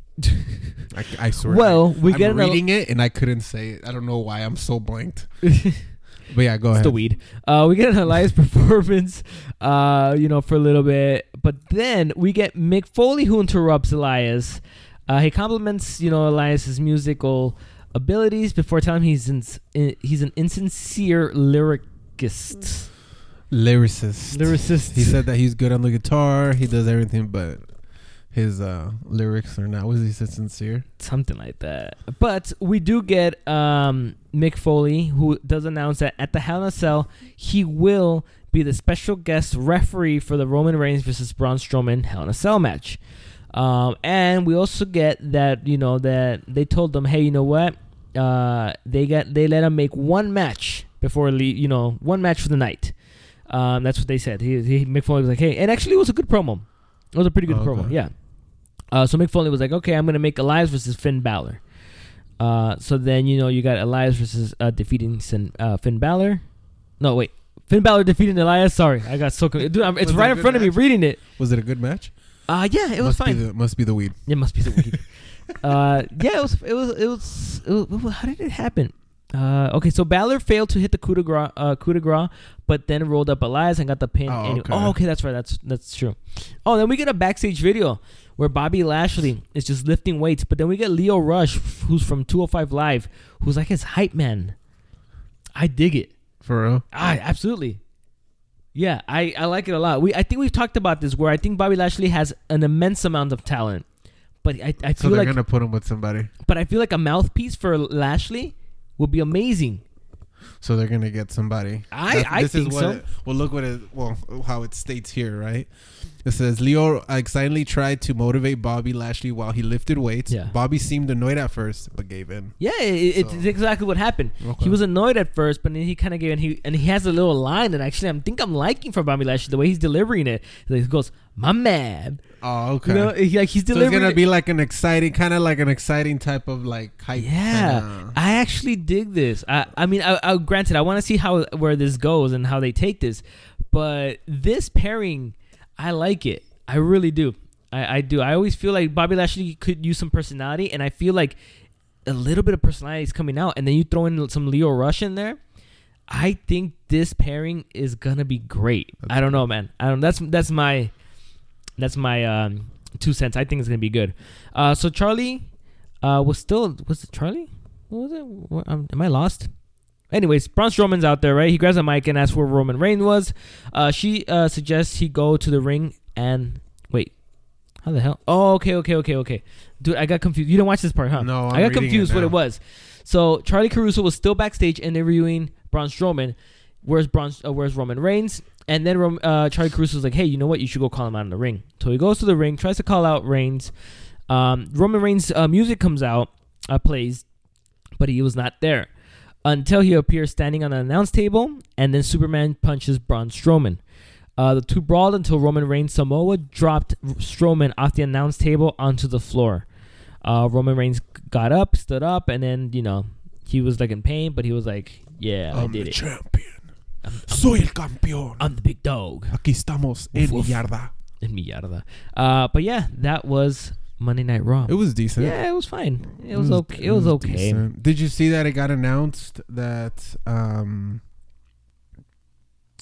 S2: I, I swear.
S1: Well, we
S2: I'm
S1: get an el-
S2: reading it and I couldn't say it. I don't know why I'm so blanked. But yeah, go
S1: It's
S2: ahead.
S1: the weed. Uh, we get an Elias performance, uh, you know, for a little bit, but then we get Mick Foley who interrupts Elias. Uh, he compliments, you know, Elias's musical abilities before telling him he's ins- in, he's an insincere lyricist.
S2: Lyricist.
S1: Lyricist.
S2: He said that he's good on the guitar. He does everything, but his uh, lyrics are not. Was he said sincere?
S1: something like that. But we do get um, Mick Foley, who does announce that at the Hell in a Cell, he will be the special guest referee for the Roman Reigns versus Braun Strowman Hell in a Cell match. Um, and we also get that you know that they told them, hey, you know what? Uh, they got they let him make one match before le- you know one match for the night. Um, that's what they said. He, he Mick Foley was like, hey, and actually it was a good promo. It was a pretty good
S2: Oh,
S1: promo.
S2: okay.
S1: Yeah. Uh, so Mick Foley was like, okay, I'm going to make Elias versus Finn Balor. Uh, so then you know you got Elias versus uh, defeating Sin, uh, Finn Balor. No, wait, Finn Balor defeating Elias. Sorry, I got so con- dude. I'm, it's
S2: Was it
S1: right
S2: a
S1: in
S2: good
S1: front of
S2: match?
S1: me reading it.
S2: Was it a good match?
S1: Uh yeah, it was
S2: must
S1: fine.
S2: Be the, must be the weed.
S1: It must be the weed. uh, yeah, it was. It was. It was. It was how did it happen? Uh, okay, so Balor failed to hit the coup de grace, uh, coup de grace, but then rolled up Elias and got the pin.
S2: Oh,
S1: and-
S2: okay.
S1: oh, okay, that's right. That's that's true. Oh, then we get a backstage video where Bobby Lashley is just lifting weights, but then we get Leo Rush, who's from 205 Live, who's like his hype man. I dig it.
S2: For real.
S1: Ah, absolutely. Yeah, I, I like it a lot. We I think we've talked about this where I think Bobby Lashley has an immense amount of talent, but I, I
S2: So
S1: feel
S2: they're
S1: like
S2: gonna put him with somebody.
S1: but I feel like a mouthpiece for Lashley would be amazing.
S2: So they're gonna get somebody.
S1: I-
S2: That's-
S1: I think
S2: what
S1: so.
S2: It, well, look what it. Well, how it states here, right? It says Leo uh, excitedly tried to motivate Bobby Lashley while he lifted weights.
S1: Yeah.
S2: Bobby seemed annoyed at first, but gave in.
S1: Yeah, it, it's
S2: So-
S1: exactly what happened.
S2: Okay.
S1: He was annoyed at first, but then he kind of gave and he and he has a little line that actually I think I'm liking from Bobby Lashley the way he's delivering it. He goes, "My man,"
S2: Oh, okay.
S1: you know, he- like he's
S2: so it's
S1: delivering.
S2: gonna
S1: it-
S2: be like an exciting, kind of like an exciting type of like hype.
S1: Yeah,
S2: kinda-
S1: I actually dig this. I, I mean, I, I granted, I want to see how where this goes and how they take this, but this pairing, I like it. I really do. I, I do. I always feel like Bobby Lashley could use some personality, and I feel like a little bit of personality is coming out, and then you throw in some Leo Rush in there. I think this pairing is gonna be great. I don't know, man. I don't. That's that's my that's my um, two cents. I think it's gonna be good. Uh, so Charlie uh, was still was it Charlie? What was it? What, um, am I lost? Anyways, Braun Strowman's out there, right? He grabs a mic and asks where Roman Reigns was. Uh, she uh, suggests he go to the ring and wait. How the hell? Oh, okay, okay, okay, okay. Dude, I got confused. You didn't watch this part, huh?
S2: No, Oh, I'm
S1: I got
S2: reading it
S1: confused what
S2: now.
S1: it was. So Charlie Caruso was still backstage interviewing Braun Strowman. Where's Braun? Uh, where's Roman Reigns? And then Rom- uh, Charlie Caruso's like, "Hey, you know what? You should go call him out in the ring." So he goes to the ring, tries to call out Reigns. Um, Roman Reigns' uh, music comes out, uh, plays, but he was not there until he appears standing on an announce table, and then Superman punches Braun Strowman. Uh, the two brawled until Roman Reigns Samoa dropped Strowman off the announce table onto the floor. Uh, Roman Reigns got up, stood up, and then you know he was like in pain, but he was like, "Yeah, I
S2: I'm
S1: did
S2: the
S1: it.
S2: champion.
S1: I'm,
S2: Soy el campeón.
S1: I'm the big dog."
S2: Aquí estamos
S1: Woof,
S2: en
S1: woof.
S2: yarda.
S1: In mierda. Uh, but yeah, that was Monday Night Raw.
S2: It was decent.
S1: yeah, it was fine. It, was, okay. It was, okay.
S2: decent. Did you see that it got announced that um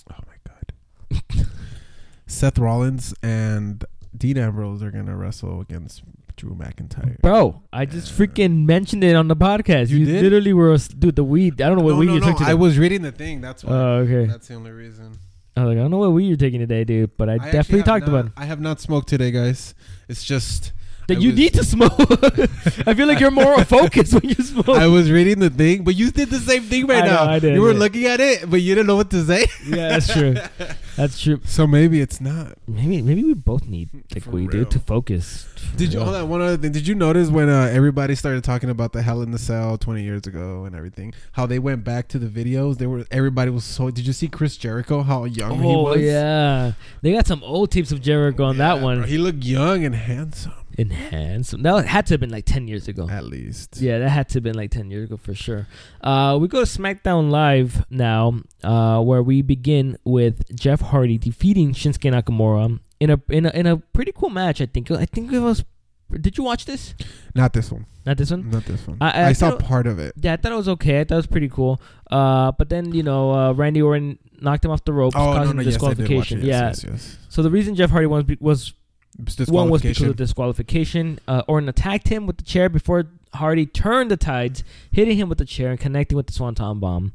S2: Oh my god. Seth Rollins and Dean Ambrose are gonna wrestle against Drew McIntyre.
S1: Bro, I just freaking mentioned it on the podcast. You,
S2: You did?
S1: literally were, s- dude. The weed. I don't know what
S2: no,
S1: weed
S2: no,
S1: you
S2: no,
S1: took today.
S2: I was reading the thing. That's why.
S1: Oh, okay.
S2: That's the only reason.
S1: I was like, I don't know what weed you're taking today, dude. But I,
S2: actually
S1: definitely
S2: have
S1: talked
S2: not-
S1: about it.
S2: I have not smoked today, guys. It's just
S1: that.
S2: I
S1: you
S2: was-
S1: need to smoke. I feel like you're more focused when you smoke.
S2: I was reading the thing, but you did the same thing right
S1: I know,
S2: now.
S1: I did,
S2: you were
S1: yeah.
S2: looking at it, but you didn't know what to say.
S1: yeah, that's true. That's true.
S2: So maybe it's not.
S1: Maybe maybe we both need like
S2: For
S1: weed,
S2: real.
S1: dude, to focus. For
S2: Did you?
S1: real.
S2: Hold on. One other thing. Did you notice when uh, everybody started talking about the Hell in the Cell twenty years ago and everything? How they went back to the videos. They were everybody was so. Did you see Chris Jericho? How young he
S1: Oh
S2: was.
S1: yeah, they got some old tapes of Jericho on that
S2: Yeah,
S1: one.
S2: bro, he looked young and handsome,
S1: Enhance. That had to have been like ten years ago.
S2: at least.
S1: Yeah, that had to have been like 10 years ago for sure. Uh, we go to SmackDown Live now, uh, where we begin with Jeff Hardy defeating Shinsuke Nakamura in a in a, in a pretty cool match. I think. I think it was. Did you watch this?
S2: Not this one.
S1: Not this one.
S2: Not this one.
S1: I- I
S2: I, saw
S1: feel-
S2: part of it.
S1: Yeah, I thought it was okay. I thought it was pretty cool. Uh, but then you know, uh, Randy Orton knocked him off the ropes,
S2: Oh no
S1: causing
S2: no yes, I did watch
S1: disqualification.
S2: it. Yes,
S1: yeah.
S2: yes, yes.
S1: So the reason Jeff Hardy was be- was
S2: It's
S1: One was because
S2: disqualification.
S1: of disqualification. Uh, Orton attacked him with the chair before Hardy turned the tides, hitting him with the chair and connecting with the Swanton bomb.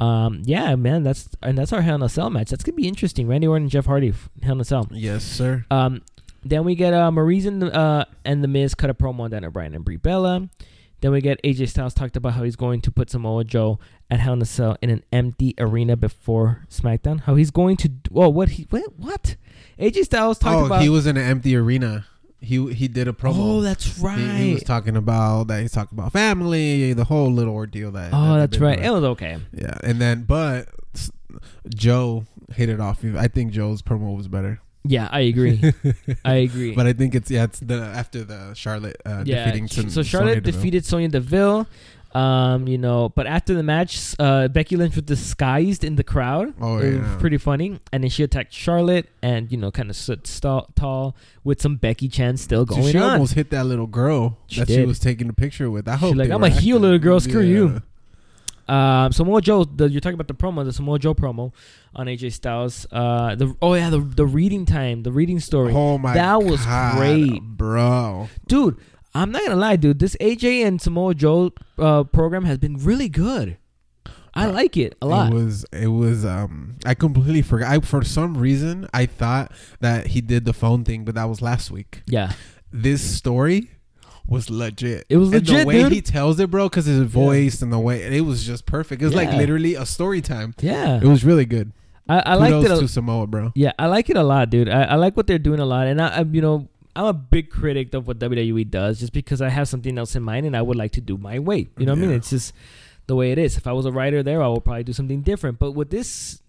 S1: Um, yeah, man, that's and that's our Hell in a Cell match. That's gonna be interesting. Randy Orton and Jeff Hardy, f- Hell in a Cell.
S2: Yes, sir.
S1: Um, then we get uh, Maurice and, uh, and The Miz cut a promo on Daniel Bryan and Brie Bella. Then we get AJ Styles talked about how he's going to put Samoa Joe at Hell in a Cell in an empty arena before SmackDown. How he's going to well, what he what what AJ Styles talked
S2: Oh,
S1: about.
S2: he was in an empty arena. He he did a promo.
S1: Oh, that's right.
S2: He, he was talking about that. He's talking about family, the whole little ordeal that.
S1: Oh,
S2: that
S1: that's
S2: they've
S1: right.
S2: been
S1: It
S2: doing.
S1: was okay.
S2: Yeah, and then but s- Joe hit it off. I think Joe's promo was better.
S1: Yeah, I agree. I agree.
S2: But I think it's yeah, it's the after the Charlotte uh,
S1: yeah.
S2: defeating
S1: sh-
S2: Son-
S1: so Charlotte
S2: Sonya Deville.
S1: defeated Sonya Deville. Um, you know, but after the match, uh, Becky Lynch was disguised in the crowd.
S2: Oh,
S1: It was
S2: yeah.
S1: pretty funny. And then she attacked Charlotte, and you know, kind of stood sta- tall with some Becky Chan still
S2: Dude,
S1: going
S2: she
S1: on.
S2: almost hit that little girl
S1: She
S2: that she
S1: did.
S2: was taking a picture with. I
S1: She
S2: hope
S1: like,
S2: they
S1: "I'm
S2: were
S1: a heel,
S2: acting.
S1: little girl, screw
S2: Yeah.
S1: you." Um, Samoa Joe, the, you're talking about the promo, the Samoa Joe promo on AJ Styles. Uh, the oh yeah, the the reading time, the reading story,
S2: Oh my
S1: That was
S2: God,
S1: great.
S2: bro.
S1: dude. I'm not gonna lie, dude. This AJ and Samoa Joe uh, program has been really good. I
S2: Uh,
S1: like it a lot.
S2: It was it was um I completely forgot. I for some reason I thought that he did the phone thing, but that was last week.
S1: yeah,
S2: This story was legit.
S1: It was
S2: And the
S1: legit,
S2: way
S1: dude.
S2: he tells it, bro, because his voice and the way it was just perfect. It was like
S1: Yeah.
S2: literally a story time.
S1: yeah.
S2: It was really good.
S1: I, I
S2: Kudos
S1: liked it.
S2: to
S1: A,
S2: Samoa, bro.
S1: yeah, I like it a lot, dude. I, I like what they're doing a lot, and I, I you know. I'm a big critic of what WWE does just because I have something else in mind and I would like to do my way. You know what I mean?
S2: Yeah.
S1: It's just the way it is. If I was a writer there, I would probably do something different. But with this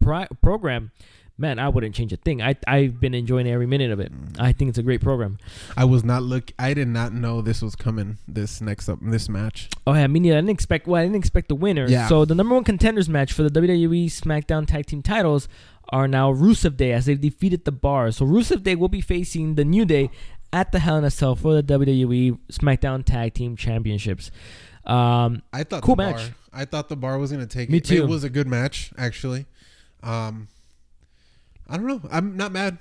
S1: pri- program, man, I wouldn't change a thing. I I've been enjoying every minute of it. I think it's a great program.
S2: I was not look. I did not know this was coming. This next up, this match.
S1: Oh yeah, I mean, yeah, I didn't expect. Well, I didn't expect the winner.
S2: Yeah.
S1: So the number one contenders match for the WWE SmackDown Tag Team Titles are now Rusev Day as they've defeated the Bar. So Rusev Day will be facing the New Day at the Hell in a Cell for the WWE SmackDown Tag Team Championships. Um,
S2: I thought
S1: Cool
S2: the
S1: match.
S2: Bar, I thought the bar was gonna take
S1: Me
S2: it.
S1: too.
S2: It was a good match actually. Um, I don't know. I'm not mad.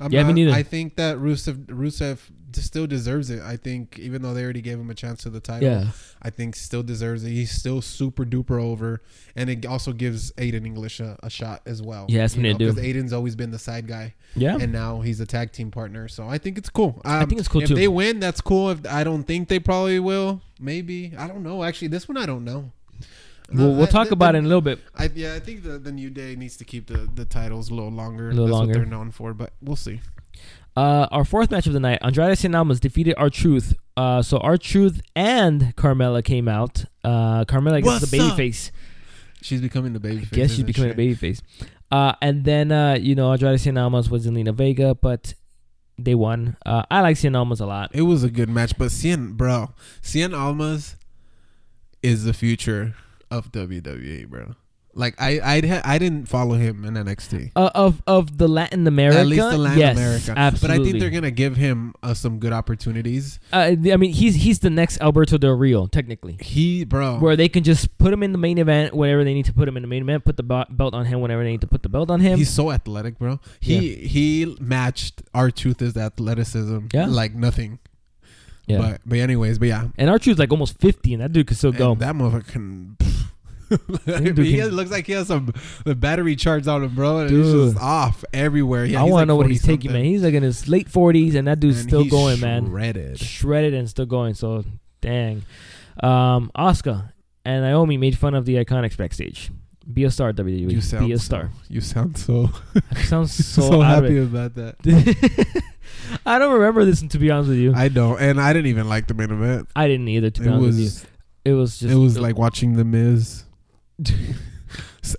S2: I'm
S1: Yeah, me
S2: not,
S1: neither.
S2: I think that Rusev Rusev d- still deserves it. I think even though they already gave him a chance to the title,
S1: yeah.
S2: I think still deserves it. He's still super duper over, and it also gives Aiden English a, a shot as well.
S1: Yeah, that's
S2: You
S1: what they
S2: know,
S1: do.
S2: 'cause Aiden's always been the side guy,
S1: Yeah.
S2: and uh, now he's a tag team partner. So I think it's cool. Um,
S1: think it's cool
S2: if
S1: too.
S2: they win, that's cool. If I don't think they probably will, maybe I don't know. Actually, this one I don't know.
S1: We'll,
S2: Uh,
S1: we'll
S2: I-
S1: talk
S2: the-
S1: about
S2: the-
S1: it in a little bit.
S2: I, yeah, I think the, the new day needs to keep the, the titles a little longer.
S1: A little
S2: that's
S1: longer.
S2: what they're known for, but we'll see.
S1: Uh, our fourth match of the night, Andrade Cien Almas defeated our Truth. Uh, so our Truth and Carmella came out. Uh, Carmella gets
S2: What's
S1: the
S2: up?
S1: babyface.
S2: She's becoming the baby.
S1: I guess she's becoming a babyface. Uh, and then uh, you know Andrade Cien Almas was in Lena Vega, but they won. Uh, I like Cien Almas a lot.
S2: It was a good match, but Cien, bro, Cien Almas is the future of WWE, bro. Like I, I, ha- I didn't follow him in NXT.
S1: Uh, of of the Latin America,
S2: At least in Latin
S1: yes,
S2: America,
S1: absolutely.
S2: but I think they're gonna give him uh, some good opportunities.
S1: Uh, I mean, he's he's the next Alberto Del Rio, technically,
S2: He, bro,
S1: where they can just put him in the main event whenever they need to put him in the main event, put the bo- belt on him whenever they need to put the belt on him.
S2: He's so athletic, bro. He he matched our truth is athleticism.
S1: Yeah.
S2: like nothing.
S1: yeah.
S2: But but anyways, but yeah,
S1: and our truth's like almost fifty, and that dude could still
S2: And
S1: go.
S2: That motherfucker can.
S1: dude
S2: he
S1: can-
S2: looks like he has some the battery charged on him, bro, and he's
S1: Dude.
S2: just off everywhere. Yeah,
S1: I
S2: he's
S1: want to know
S2: like
S1: what he's
S2: 40
S1: taking, man.
S2: something.
S1: He's like in his late forties, and that dude's
S2: And
S1: still
S2: he's
S1: going, man.
S2: Shredded.
S1: shredded and still going. So dang. Um, Oscar and Naomi made fun of the Iconics backstage. Be a star, WWE.
S2: You sound
S1: Be a
S2: so-
S1: star.
S2: You sound so
S1: That sounds so,
S2: so,
S1: out of
S2: happy
S1: it.
S2: about that.
S1: I don't remember this. To be honest with you, I,
S2: I don't, and I didn't even like the main event.
S1: didn't either. To be
S2: It
S1: honest with you,
S2: was
S1: it was just
S2: it was like watching the Miz.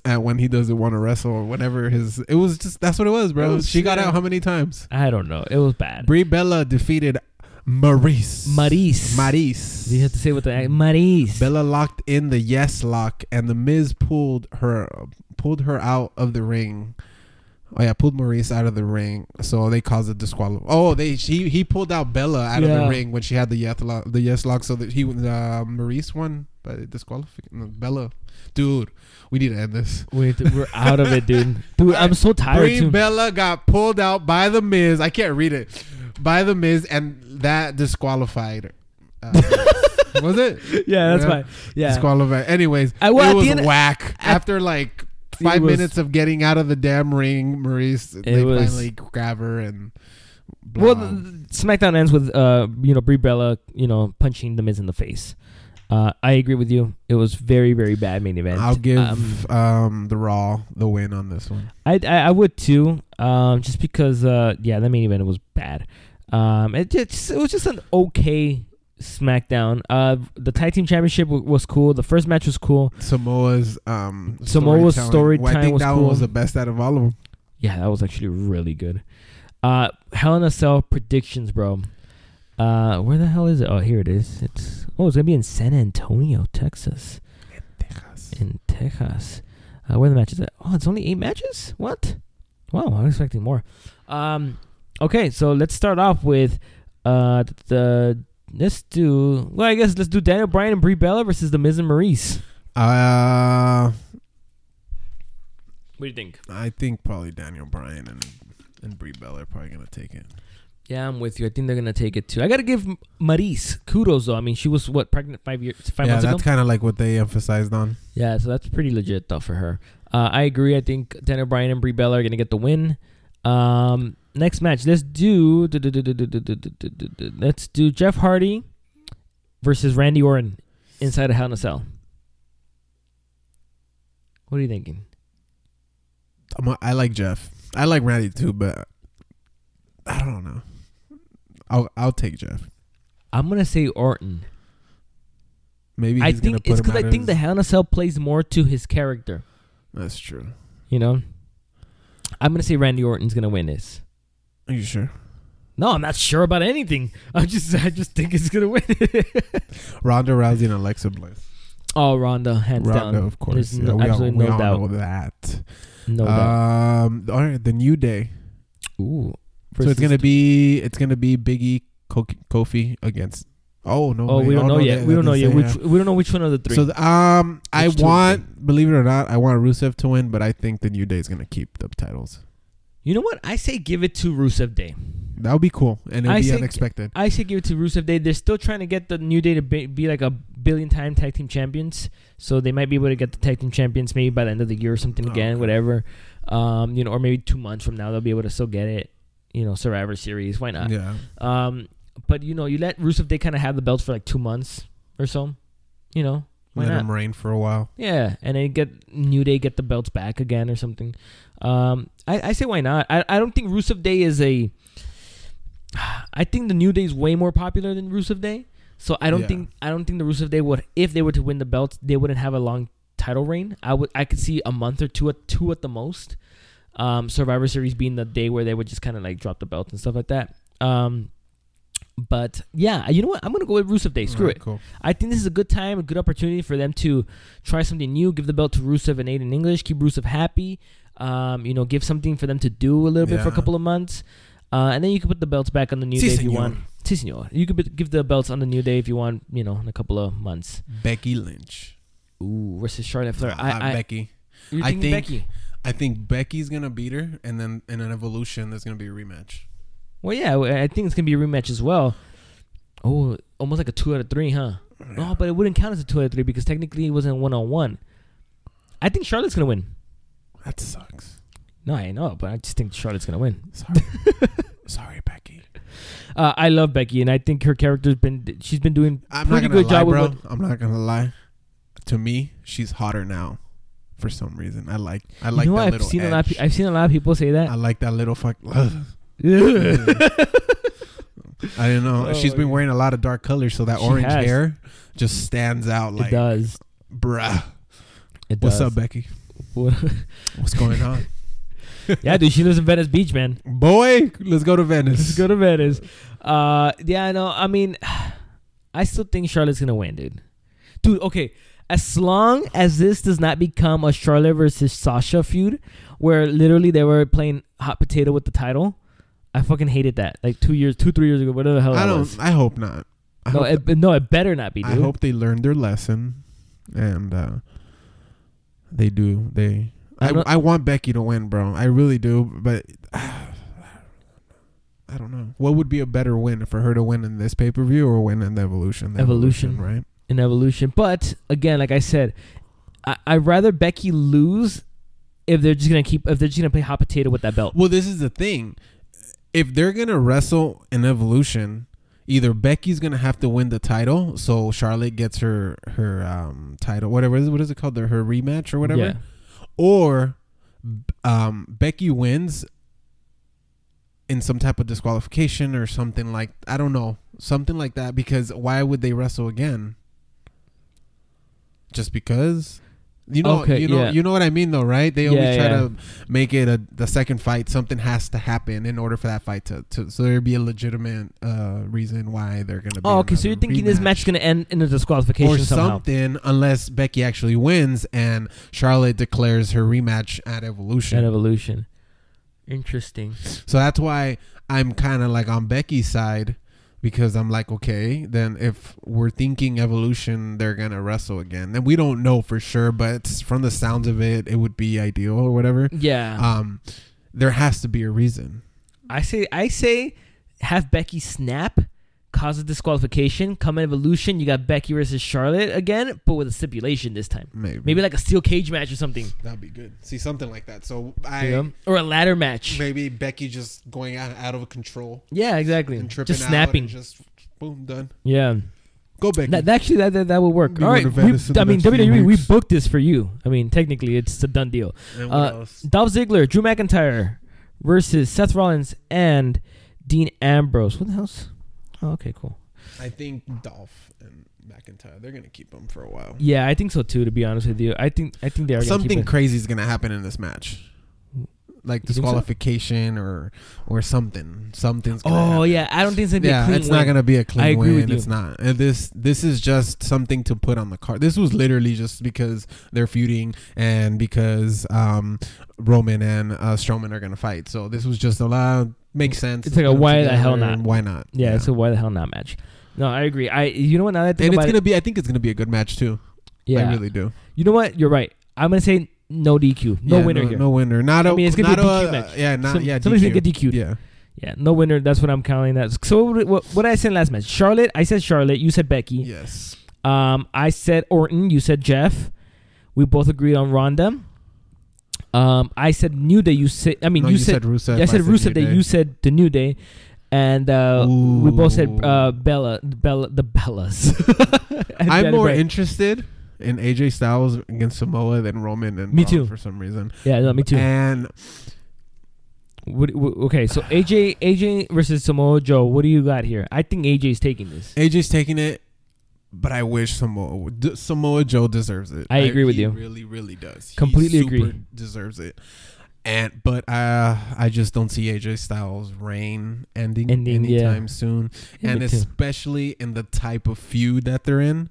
S2: And when he doesn't want to wrestle or whatever his it was just that's what it was, bro.
S1: It was-
S2: she got
S1: yeah.
S2: out how many times?
S1: Oh, I don't know. It was bad.
S2: Brie Bella defeated Maurice.
S1: Maurice.
S2: Maurice.
S1: You have to say what the Maurice.
S2: Bella locked in the yes lock, and the Miz pulled her pulled her out of the ring. Oh yeah, pulled Maurice out of the ring, so they caused a disqual. Oh, they she he pulled out Bella out of
S1: Yeah.
S2: the ring when she had the yes lock, the yes lock, so that he uh, Maurice won by disqualification. No, Bella, dude, we need to end this.
S1: We need to- we're out of it, dude. Dude, I'm so tired.
S2: Brie
S1: too.
S2: Bella got pulled out by the Miz. I can't read it by the Miz, and that disqualified her. Uh, was it?
S1: yeah, that's
S2: Yeah.
S1: fine. Yeah,
S2: disqualified. Anyways,
S1: I- well, at
S2: it
S1: the
S2: was
S1: end-
S2: whack.
S1: at-
S2: After like five
S1: was-
S2: minutes of getting out of the damn ring, Maurice, they
S1: was-
S2: finally grab her and. Blah.
S1: Well, th- th- SmackDown ends with uh, you know, Brie Bella, you know, punching The Miz in the face. Uh, I agree with you. It was very, very bad main event.
S2: I'll give
S1: Um,
S2: um, the Raw the win on this one.
S1: I, I I would too. Um, just because uh, yeah, the main event was bad. Um, it just it was just an okay SmackDown. Uh, the tag team championship w- was cool. The first match was cool.
S2: Samoa's um
S1: Samoa's
S2: storytelling.
S1: story
S2: Well, I
S1: time
S2: think
S1: was
S2: that
S1: cool.
S2: one was the best out of all of them.
S1: Yeah, that was actually really good. Uh, Hell in a Cell predictions, bro. Uh, where the hell is it? Oh, here it is. It's oh, it's gonna be in San Antonio, Texas, in Texas. Uh, where the matches at? Oh, it's only eight matches. What? Wow, I was expecting more. Um, okay, so let's start off with uh the let's do well. I guess let's do Daniel Bryan and Brie Bella versus the Miz and Maurice.
S2: Uh,
S1: What do you think?
S2: I think probably Daniel Bryan and and Brie Bella are probably gonna take it.
S1: Yeah, I'm with you. I think they're gonna take it too. I gotta give M- Maurice kudos though. I mean, she was what pregnant five years, five
S2: yeah,
S1: months ago.
S2: that's kind of like what they emphasized on.
S1: Yeah, so that's pretty legit though for her. Uh, I agree. I think Daniel Bryan and Brie Bella are gonna get the win. Um, next match, let's do let's do Jeff Hardy versus Randy Orton inside a Hell in a Cell. What are you thinking?
S2: I'm a, I like Jeff. I like Randy too, but I don't know. I'll I'll take Jeff.
S1: I'm gonna say Orton.
S2: Maybe
S1: I
S2: he's gonna
S1: think
S2: put
S1: it's
S2: him
S1: because
S2: out
S1: I
S2: of
S1: think the
S2: his-
S1: Hell in a Cell plays more to his character.
S2: that's true.
S1: You know, I'm gonna say Randy Orton's gonna win this.
S2: Are you sure?
S1: No, I'm not sure about anything. I just I just think it's gonna win.
S2: Ronda Rousey and Alexa Bliss.
S1: oh, Ronda, hands
S2: Ronda,
S1: down.
S2: of course.
S1: There's
S2: yeah,
S1: no-
S2: we all,
S1: absolutely
S2: we
S1: no
S2: all
S1: doubt.
S2: know that.
S1: No doubt.
S2: um, all right, the New Day.
S1: Ooh.
S2: so it's gonna be it's gonna be Biggie Kofi against. Oh no!
S1: Oh,
S2: wait.
S1: we don't know
S2: no,
S1: yet.
S2: they-
S1: We don't
S2: they
S1: know yet.
S2: say,
S1: Which
S2: yeah.
S1: we don't know which one of the three.
S2: So th- um, I
S1: Which two
S2: want, believe it or not, I want Rusev to win, but I think the New Day is gonna keep the titles.
S1: you know what? I say give it to Rusev Day.
S2: That would be cool, and it'd
S1: I
S2: be
S1: think-
S2: unexpected.
S1: I say give it to Rusev Day. They're still trying to get the New Day to be, be like a billion time tag team champions, so they might be able to get the tag team champions maybe by the end of the year or something
S2: Oh,
S1: again,
S2: okay.
S1: whatever. Um, you know, or maybe two months from now they'll be able to still get it. You know, Survivor Series, why not?
S2: yeah,
S1: Um, but you know, you let Rusev Day kind of have the belts for like two months or so. You know, why
S2: let
S1: not?
S2: him reign for a while.
S1: Yeah, and then get New Day get the belts back again or something. Um, I, I say why not? I, I don't think Rusev Day is a. I think the New Day is way more popular than Rusev Day, so I don't
S2: Yeah.
S1: think I don't think the Rusev Day would if they were to win the belts they wouldn't have a long title reign. I would I could see a month or two at two at the most. Um, Survivor Series being the day where they would just kind of like drop the belts and stuff like that. Um, but yeah, you know what? I'm gonna go with Rusev Day. Screw
S2: Alright,
S1: it.
S2: Cool.
S1: I think this is a good time, a good opportunity for them to try something new. Give the belt to Rusev and Aiden English. Keep Rusev happy. Um, you know, give something for them to do a little bit for a
S2: Yeah.
S1: couple of months, uh, and then you can put the belts back on the new
S2: Si,
S1: day if you
S2: senor.
S1: want. Si, senor. You could put- give the belts on the new day if you want. You know, in a couple of months.
S2: Becky Lynch.
S1: Ooh, versus Charlotte Flair.
S2: Nah,
S1: I,
S2: not
S1: I,
S2: Becky.
S1: you're
S2: I
S1: thinking
S2: think-
S1: Becky.
S2: I think Becky's gonna beat her, and then in an evolution, there's gonna be a rematch.
S1: Well, yeah, I I think it's gonna be a rematch as well. Oh, almost like a two out of three, huh? No, but it wouldn't count as a two out of three because technically it wasn't one on one. I think Charlotte's gonna win.
S2: That sucks.
S1: No, I know, but I just think Charlotte's gonna win.
S2: Sorry, sorry, Becky.
S1: Uh, I love Becky, and I think her character's been she's been doing
S2: I'm
S1: pretty
S2: not gonna
S1: good
S2: lie,
S1: job
S2: bro.
S1: with what,
S2: I'm not gonna lie. To me, she's hotter now. For some reason, I like. I
S1: you
S2: like
S1: know,
S2: that
S1: I've
S2: little.
S1: seen
S2: edge.
S1: a lot. Of, pe- I've seen a lot of people say
S2: I
S1: that.
S2: like that little fuck. I don't know.
S1: Oh,
S2: She's been
S1: yeah.
S2: wearing a lot of dark colors, so that
S1: She
S2: orange
S1: has.
S2: hair just stands out.
S1: it
S2: Like,
S1: does.
S2: bruh,
S1: It
S2: what's
S1: does.
S2: up, Becky? What's going on,
S1: yeah, dude, she lives in Venice Beach, man.
S2: boy? Let's go to Venice.
S1: Let's go to Venice. Uh, yeah, I know. I mean, I still think Charlotte's gonna win, dude. Dude, okay. As long as this does not become a Charlotte versus Sasha feud, where literally they were playing hot potato with the title, I fucking hated that. Like two years, two three years ago, whatever the hell that
S2: I don't.
S1: was.
S2: I hope not. I
S1: no,
S2: hope
S1: it, no, it better not be. Dude.
S2: I hope they learned their lesson, and uh, they do. They. I,
S1: I'm not-
S2: I want Becky to win, bro. I really do, but I don't know. What would be a better win for her to win in this pay per view or win in the Evolution? The
S1: Evolution.
S2: right?
S1: in evolution. But again, like I said, I, I'd rather Becky lose if they're just gonna keep if they're just gonna play hot potato with that belt.
S2: Well, this is the thing. If they're gonna wrestle in Evolution, either Becky's gonna have to win the title, so Charlotte gets her her um title, whatever. What is it called? Their- Her rematch or whatever.
S1: Yeah.
S2: or um, Becky wins in some type of disqualification or something like I don't know something like that because why would they wrestle again? Just because You know,
S1: Okay,
S2: you know,
S1: yeah.
S2: you know what I mean, though, right? They always
S1: Yeah,
S2: try
S1: yeah.
S2: to make it a the second fight. Something has to happen in order for that fight to, to so there'd be a legitimate uh, reason why they're gonna. Be
S1: Oh, okay. So you're
S2: another
S1: thinking this match is
S2: rematch
S1: going to end in a disqualification
S2: or
S1: somehow?
S2: something, unless Becky actually wins and Charlotte declares her rematch at Evolution.
S1: At Evolution. Interesting.
S2: So that's why I'm kind of like on Becky's side because I'm like, okay, then if we're thinking evolution, they're gonna wrestle again. And we don't know for sure, but from the sounds of it, it would be ideal or whatever.
S1: Yeah.
S2: Um, there has to be a reason.
S1: I say I say have Becky snap, cause a disqualification, come in evolution, you got Becky versus Charlotte again, but with a stipulation this time.
S2: Maybe,
S1: Maybe like a steel cage match or something.
S2: that'd be good. See something like that. So I
S1: You know? Or a ladder match.
S2: maybe Becky just going out, out of control
S1: Yeah, exactly.
S2: and tripping,
S1: Just
S2: out and
S1: snapping.
S2: just boom, done.
S1: yeah.
S2: Go Becky.
S1: That, that- actually that, that that would work.
S2: Be
S1: All
S2: one
S1: right.
S2: of
S1: we-
S2: Venice in the
S1: I mean
S2: next few
S1: WWE we
S2: weeks.
S1: booked this for you. I mean technically it's a done deal.
S2: and
S1: uh, Dolph Ziggler, Drew McIntyre versus Seth Rollins and Dean Ambrose. What the hell's Oh, okay, cool.
S2: I think Dolph and McIntyre they're gonna keep him for a while.
S1: Yeah, I think so too. To be honest with you, I think I think they are gonna keep
S2: something
S1: it.
S2: crazy is gonna happen in this match, like
S1: You think so?
S2: disqualification or or something. Something's
S1: Oh
S2: gonna happen.
S1: yeah, I don't think it's gonna be a
S2: yeah,
S1: clean
S2: it's not
S1: win.
S2: gonna be a clean
S1: I agree
S2: win.
S1: with you.
S2: It's not. And this this is just something to put on the card. This was literally just because they're feuding and because um, Roman and uh, Strowman are gonna fight. So this was just a lot. Makes sense.
S1: It's like a
S2: Put it
S1: why the hell
S2: together
S1: not?
S2: and Why not?
S1: yeah, so why the hell not match? No, I agree. I you know what? Now that I think
S2: and it's
S1: about
S2: gonna be. I think it's gonna be a good match too.
S1: it, yeah,
S2: I really do.
S1: you know what? You're right. I'm gonna say no DQ, no
S2: Yeah,
S1: winner
S2: no,
S1: here.
S2: No winner. Not a.
S1: I mean, it's gonna be
S2: not
S1: a DQ match.
S2: Yeah. Not
S1: Some-
S2: yeah.
S1: somebody's
S2: DQ.
S1: gonna get DQ'd.
S2: Yeah.
S1: Yeah, no winner. That's what I'm counting. That. So what, did- what, what did I said last match? Charlotte. I said Charlotte. You said Becky.
S2: Yes.
S1: Um, I said Orton. You said Jeff. We both agreed on Ronda. Um, I said New Day. You said. I mean,
S2: No,
S1: you, said.
S2: Rusev.
S1: yeah, I said Rusev
S2: New
S1: Day. You said the New Day, and uh, we both said uh, Bella, Bella, the Bellas. And
S2: I'm
S1: Dana
S2: more
S1: Bryan.
S2: interested in AJ Styles against Samoa than Roman and
S1: Me
S2: Braun
S1: too.
S2: for some reason.
S1: yeah, no, me too.
S2: And
S1: What, what- okay, so AJ, AJ versus Samoa Joe. What do you got here? I think AJ's taking this.
S2: AJ's taking it, but I wish Samoa D- Samoa Joe deserves it.
S1: I agree with
S2: he
S1: you.
S2: Really, really does. He
S1: Completely
S2: super
S1: agree.
S2: Deserves it. And but uh, I just don't see AJ Styles' reign ending,
S1: Ending, yeah.
S2: anytime soon.
S1: Yeah,
S2: and
S1: me too.
S2: especially in the type of feud that they're in,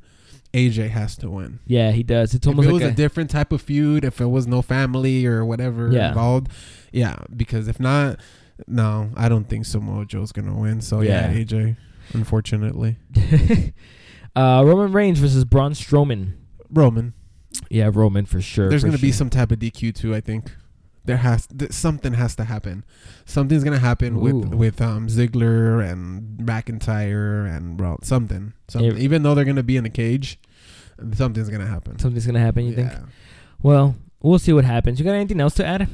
S2: AJ has to win.
S1: yeah, he does. It's almost
S2: if it
S1: like
S2: was a,
S1: a-
S2: different type of feud, if it was no family or whatever
S1: Yeah.
S2: involved, yeah. Because if not, no, I don't think Samoa Joe's gonna win. So yeah,
S1: Yeah.
S2: AJ, unfortunately,
S1: uh, Roman Reigns versus Braun Strowman.
S2: Roman.
S1: Yeah, Roman for sure.
S2: there's
S1: for
S2: gonna be
S1: sure.
S2: some type of DQ too. I think there has th- something has to happen. Something's gonna happen with
S1: Ooh.
S2: with um Ziggler and McIntyre and Raw. Something, something.
S1: Ev-
S2: Even though they're gonna be in a cage, something's gonna happen.
S1: something's gonna happen. You think?
S2: Yeah.
S1: Well, we'll see what happens. You got anything else to add?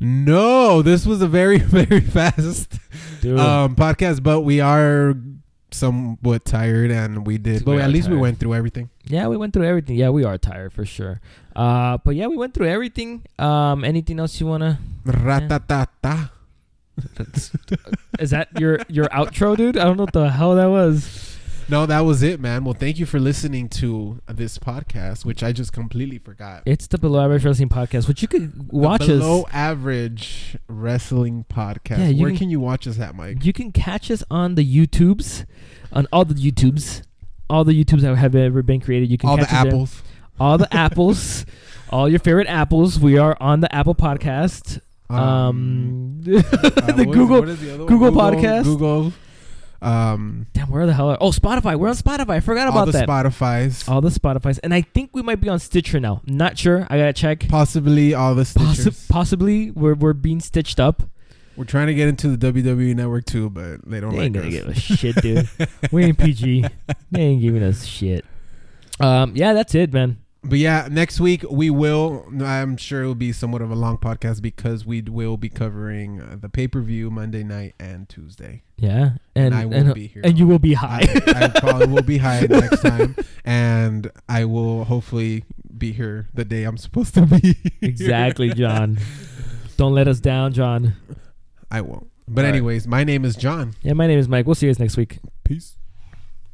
S2: No, this was a very very fast
S1: Dude.
S2: um, podcast, but we are somewhat tired, and we did. But
S1: We
S2: at
S1: are
S2: least we
S1: tired.
S2: went through everything.
S1: yeah, we went through everything. Yeah, we are tired for sure. Uh, but yeah, we went through everything. Um, anything else you wanna?
S2: Ratatata.
S1: Is that your your outro, dude? I don't know what the hell that was.
S2: No, that was it, man. Well, thank you for listening to this podcast, which I just completely forgot.
S1: It's the Below Average Wrestling Podcast, which you could
S2: The
S1: watch
S2: below
S1: us.
S2: average wrestling podcast.
S1: Yeah, you
S2: Where
S1: can-
S2: can, you watch us at, Mike?
S1: You can catch us on the YouTubes, on all the YouTubes, all the YouTubes that have ever been created. You can
S2: All
S1: catch
S2: the
S1: us there.
S2: apples.
S1: all the apples, all your favorite apples. We are on the Apple Podcast.
S2: Um,
S1: Um,
S2: uh,
S1: the
S2: what is-
S1: Google-
S2: what is the other one?
S1: Google Podcast.
S2: Google. Um,
S1: Damn, where the hell are? Oh, Spotify. We're on Spotify. I forgot
S2: all
S1: about
S2: the
S1: that. Oh.
S2: Spotify's.
S1: all the Spotify's, and I think we might be on Stitcher now. Not sure. I gotta check.
S2: possibly all the
S1: Possi-
S2: Stitchers.
S1: possibly we're we're being stitched up.
S2: We're trying to get into the WWE network too, but they don't
S1: They
S2: like
S1: ain't gonna
S2: us.
S1: give us shit, dude. we ain't PG. They ain't giving us shit. Um, yeah, that's it, man.
S2: But yeah, next week we will. I'm sure it will be somewhat of a long podcast because we will be covering uh, the pay per view Monday night and Tuesday.
S1: Yeah, and
S2: And, I will
S1: and,
S2: be here.
S1: and you will be high.
S2: I, I probably will be high next time, and I will hopefully be here the day I'm supposed to be. here.
S1: exactly, John. Don't let us down, John.
S2: I won't. But
S1: All right.
S2: anyways, my name is John.
S1: Yeah, my name is Mike. We'll see you guys next week.
S2: Peace.